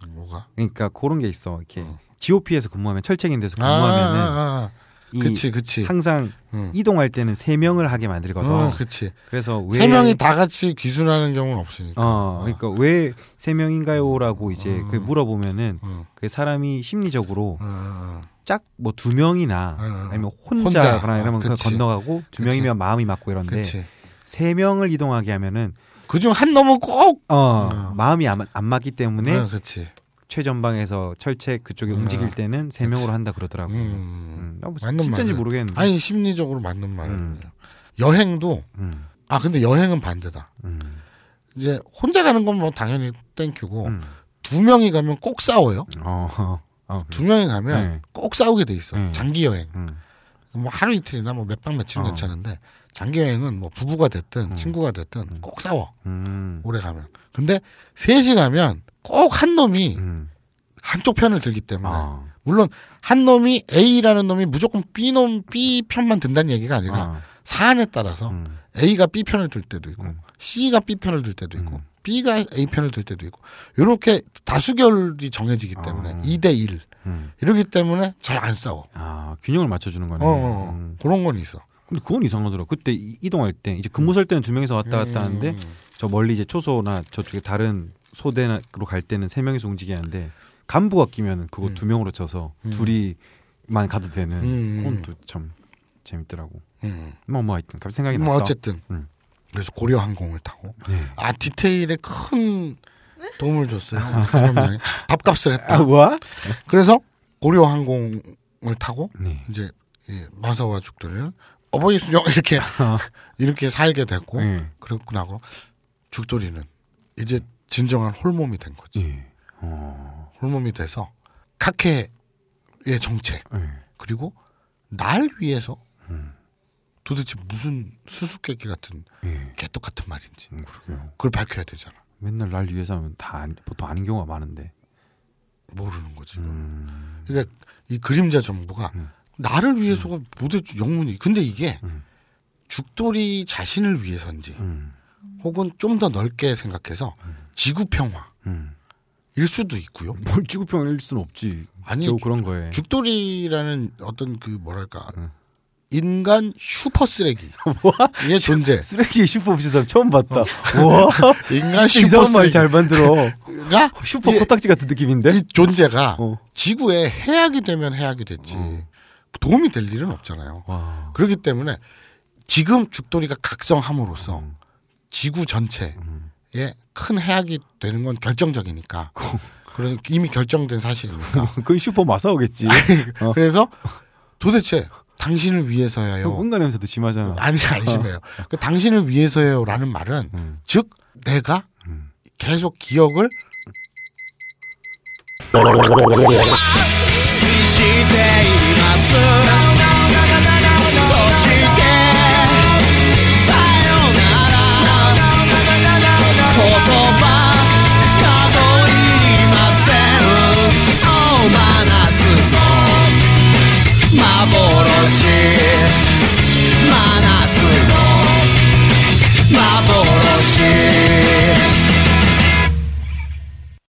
[SPEAKER 3] 뭐가
[SPEAKER 4] 그러니까 그런 게 있어. 이렇게 GOP에서 근무하면 철책인 데서
[SPEAKER 3] 아,
[SPEAKER 4] 근무하면은
[SPEAKER 3] 아, 아,
[SPEAKER 4] 이
[SPEAKER 3] 그치 그치
[SPEAKER 4] 항상
[SPEAKER 3] 음.
[SPEAKER 4] 이동할 때는 세 명을 하게 만들거든.
[SPEAKER 3] 어, 그치
[SPEAKER 4] 그래서 왜
[SPEAKER 3] 세 명이 다 같이 귀순하는 경우는 없으니까
[SPEAKER 4] 어, 그러니까 왜 세 명인가요라고 이제 그 물어보면은
[SPEAKER 3] 음.
[SPEAKER 4] 그 사람이 심리적으로
[SPEAKER 3] 어,
[SPEAKER 4] 짝 뭐 두 명이나
[SPEAKER 3] 음.
[SPEAKER 4] 아니면
[SPEAKER 3] 혼자.
[SPEAKER 4] 혼자거나 이러면
[SPEAKER 3] 어,
[SPEAKER 4] 그냥
[SPEAKER 3] 그치.
[SPEAKER 4] 건너가고
[SPEAKER 3] 그치.
[SPEAKER 4] 두 명이면 마음이 맞고 이런데
[SPEAKER 3] 그치
[SPEAKER 4] 세 명을 이동하게 하면은
[SPEAKER 3] 그중 한 놈은 꼭 음.
[SPEAKER 4] 어, 마음이 안, 안 맞기 때문에
[SPEAKER 3] 어, 그치
[SPEAKER 4] 최전방에서 철책 그쪽에 움직일 때는 세 명으로 한다 그러더라고. 요
[SPEAKER 3] 음.
[SPEAKER 4] 어, 음. 아, 뭐
[SPEAKER 3] 맞는
[SPEAKER 4] 진짜인지
[SPEAKER 3] 말이야.
[SPEAKER 4] 모르겠는데.
[SPEAKER 3] 아니 심리적으로 맞는 말이에요.
[SPEAKER 4] 음.
[SPEAKER 3] 여행도
[SPEAKER 4] 음.
[SPEAKER 3] 아 근데 여행은 반대다.
[SPEAKER 4] 음.
[SPEAKER 3] 이제 혼자 가는 건 뭐 당연히 땡큐고
[SPEAKER 4] 음.
[SPEAKER 3] 두 명이 가면 꼭 싸워요.
[SPEAKER 4] 어. 어.
[SPEAKER 3] 두 명이 가면
[SPEAKER 4] 네.
[SPEAKER 3] 꼭 싸우게 돼 있어.
[SPEAKER 4] 네.
[SPEAKER 3] 장기 여행.
[SPEAKER 4] 음.
[SPEAKER 3] 뭐 하루 이틀이나 뭐 몇 박 며칠 은
[SPEAKER 4] 어.
[SPEAKER 3] 괜찮은데 장기 여행은 뭐 부부가 됐든 친구가 됐든 꼭 싸워.
[SPEAKER 4] 음.
[SPEAKER 3] 오래 가면. 근데 셋이 가면 꼭 한 놈이
[SPEAKER 4] 음.
[SPEAKER 3] 한쪽 편을 들기 때문에
[SPEAKER 4] 어.
[SPEAKER 3] 물론 한 놈이 A라는 놈이 무조건 B 놈 B 편만 든다는 얘기가 아니라
[SPEAKER 4] 어.
[SPEAKER 3] 사안에 따라서
[SPEAKER 4] 음.
[SPEAKER 3] A가 B 편을 들 때도 있고
[SPEAKER 4] 음.
[SPEAKER 3] C가 B 편을 들 때도 있고 B가 A 편을 들 때도 있고 이렇게 다수결이 정해지기 때문에
[SPEAKER 4] 아.
[SPEAKER 3] 2대 1
[SPEAKER 4] 음.
[SPEAKER 3] 이러기 때문에 잘 안 싸워.
[SPEAKER 4] 아 균형을 맞춰주는 거네.
[SPEAKER 3] 어, 어, 어.
[SPEAKER 4] 음.
[SPEAKER 3] 그런 건 있어.
[SPEAKER 4] 근데 그건 이상하더라. 그때 이- 이동할 때 이제 근무 설 때는 두 명이서 왔다 갔다
[SPEAKER 3] 음.
[SPEAKER 4] 하는데 저 멀리 이제 초소나 저쪽에 다른 소대로 갈 때는 세 명이서 움직여야 하는데 간부가 끼면 그거 두 명으로 쳐서 둘이만 가도 되는
[SPEAKER 3] 음,
[SPEAKER 4] 그건 또 참 재밌더라고.
[SPEAKER 3] 음.
[SPEAKER 4] 뭐 뭐 하여튼 갑자기 생각이
[SPEAKER 3] 뭐
[SPEAKER 4] 났어.
[SPEAKER 3] 어쨌든
[SPEAKER 4] 음.
[SPEAKER 3] 그래서 고려 항공을 타고
[SPEAKER 4] 네.
[SPEAKER 3] 아 디테일에 큰 도움을 줬어요. 이 사람이 밥값을
[SPEAKER 4] 아
[SPEAKER 3] 했다.
[SPEAKER 4] 뭐야?
[SPEAKER 3] 그래서 고려 항공을 타고
[SPEAKER 4] 네.
[SPEAKER 3] 이제 이 마사와 죽들을 어버이 수정 이렇게 이렇게 살게 됐고
[SPEAKER 4] 네.
[SPEAKER 3] 그렇고 나고 죽돌이는 이제 진정한 홀몸이 된 거지.
[SPEAKER 4] 예. 어.
[SPEAKER 3] 홀몸이 돼서 카케의 정체
[SPEAKER 4] 예. 음.
[SPEAKER 3] 그리고 날 위해서 도대체 무슨 수수께끼 같은
[SPEAKER 4] 예.
[SPEAKER 3] 개떡 같은 말인지
[SPEAKER 4] 음, 그러게요.
[SPEAKER 3] 그걸 밝혀야 되잖아.
[SPEAKER 4] 맨날 날 위해서 하면 다 안- 보통 아는 경우가 많은데.
[SPEAKER 3] 모르는 거지.
[SPEAKER 4] 음.
[SPEAKER 3] 그러니까 이 그림자 전부가
[SPEAKER 4] 음.
[SPEAKER 3] 나를 위해서가 도대체 영문이. 근데 이게
[SPEAKER 4] 음.
[SPEAKER 3] 죽돌이 자신을 위해서인지
[SPEAKER 4] 음.
[SPEAKER 3] 혹은 좀 더 넓게 생각해서 지구 평화일
[SPEAKER 4] 음.
[SPEAKER 3] 수도 있고요.
[SPEAKER 4] 뭘 지구평일 순 없지.
[SPEAKER 3] 아니,
[SPEAKER 4] 겨우 그런 거에.
[SPEAKER 3] 죽돌이라는 어떤 그 뭐랄까
[SPEAKER 4] 네. 음.
[SPEAKER 3] 인간 슈퍼 쓰레기 의 존재
[SPEAKER 4] 쓰레기 슈퍼 없이 사람 처음 봤다. 와.
[SPEAKER 3] 인간 슈퍼
[SPEAKER 4] 어. 이상한 말
[SPEAKER 3] 쓰레기가
[SPEAKER 4] 잘 만들어. 예. 슈퍼
[SPEAKER 3] 이-
[SPEAKER 4] 코딱지 같은 느낌인데.
[SPEAKER 3] 이 존재가
[SPEAKER 4] 어.
[SPEAKER 3] 지구에 해악이 되면 해악이 됐지 도움이 될 일은 없잖아요.
[SPEAKER 4] 와.
[SPEAKER 3] 그렇기 때문에 지금 죽돌이가 각성함으로써
[SPEAKER 4] 음.
[SPEAKER 3] 지구 전체에 큰 해악이 되는 건 결정적이니까.
[SPEAKER 4] 어.
[SPEAKER 3] 그런 이미 결정된 사실이니까.
[SPEAKER 4] 그건 슈퍼 마사오겠지. 어.
[SPEAKER 3] 그래서 도대체 당신을 위해서예요.
[SPEAKER 4] 응가 냄새도 심하잖아.
[SPEAKER 3] 아니 안심해요. 그 당신을 위해서예요라는 말은
[SPEAKER 4] 어. 음.
[SPEAKER 3] 즉 내가
[SPEAKER 4] 음.
[SPEAKER 3] 계속 기억을
[SPEAKER 2] 幻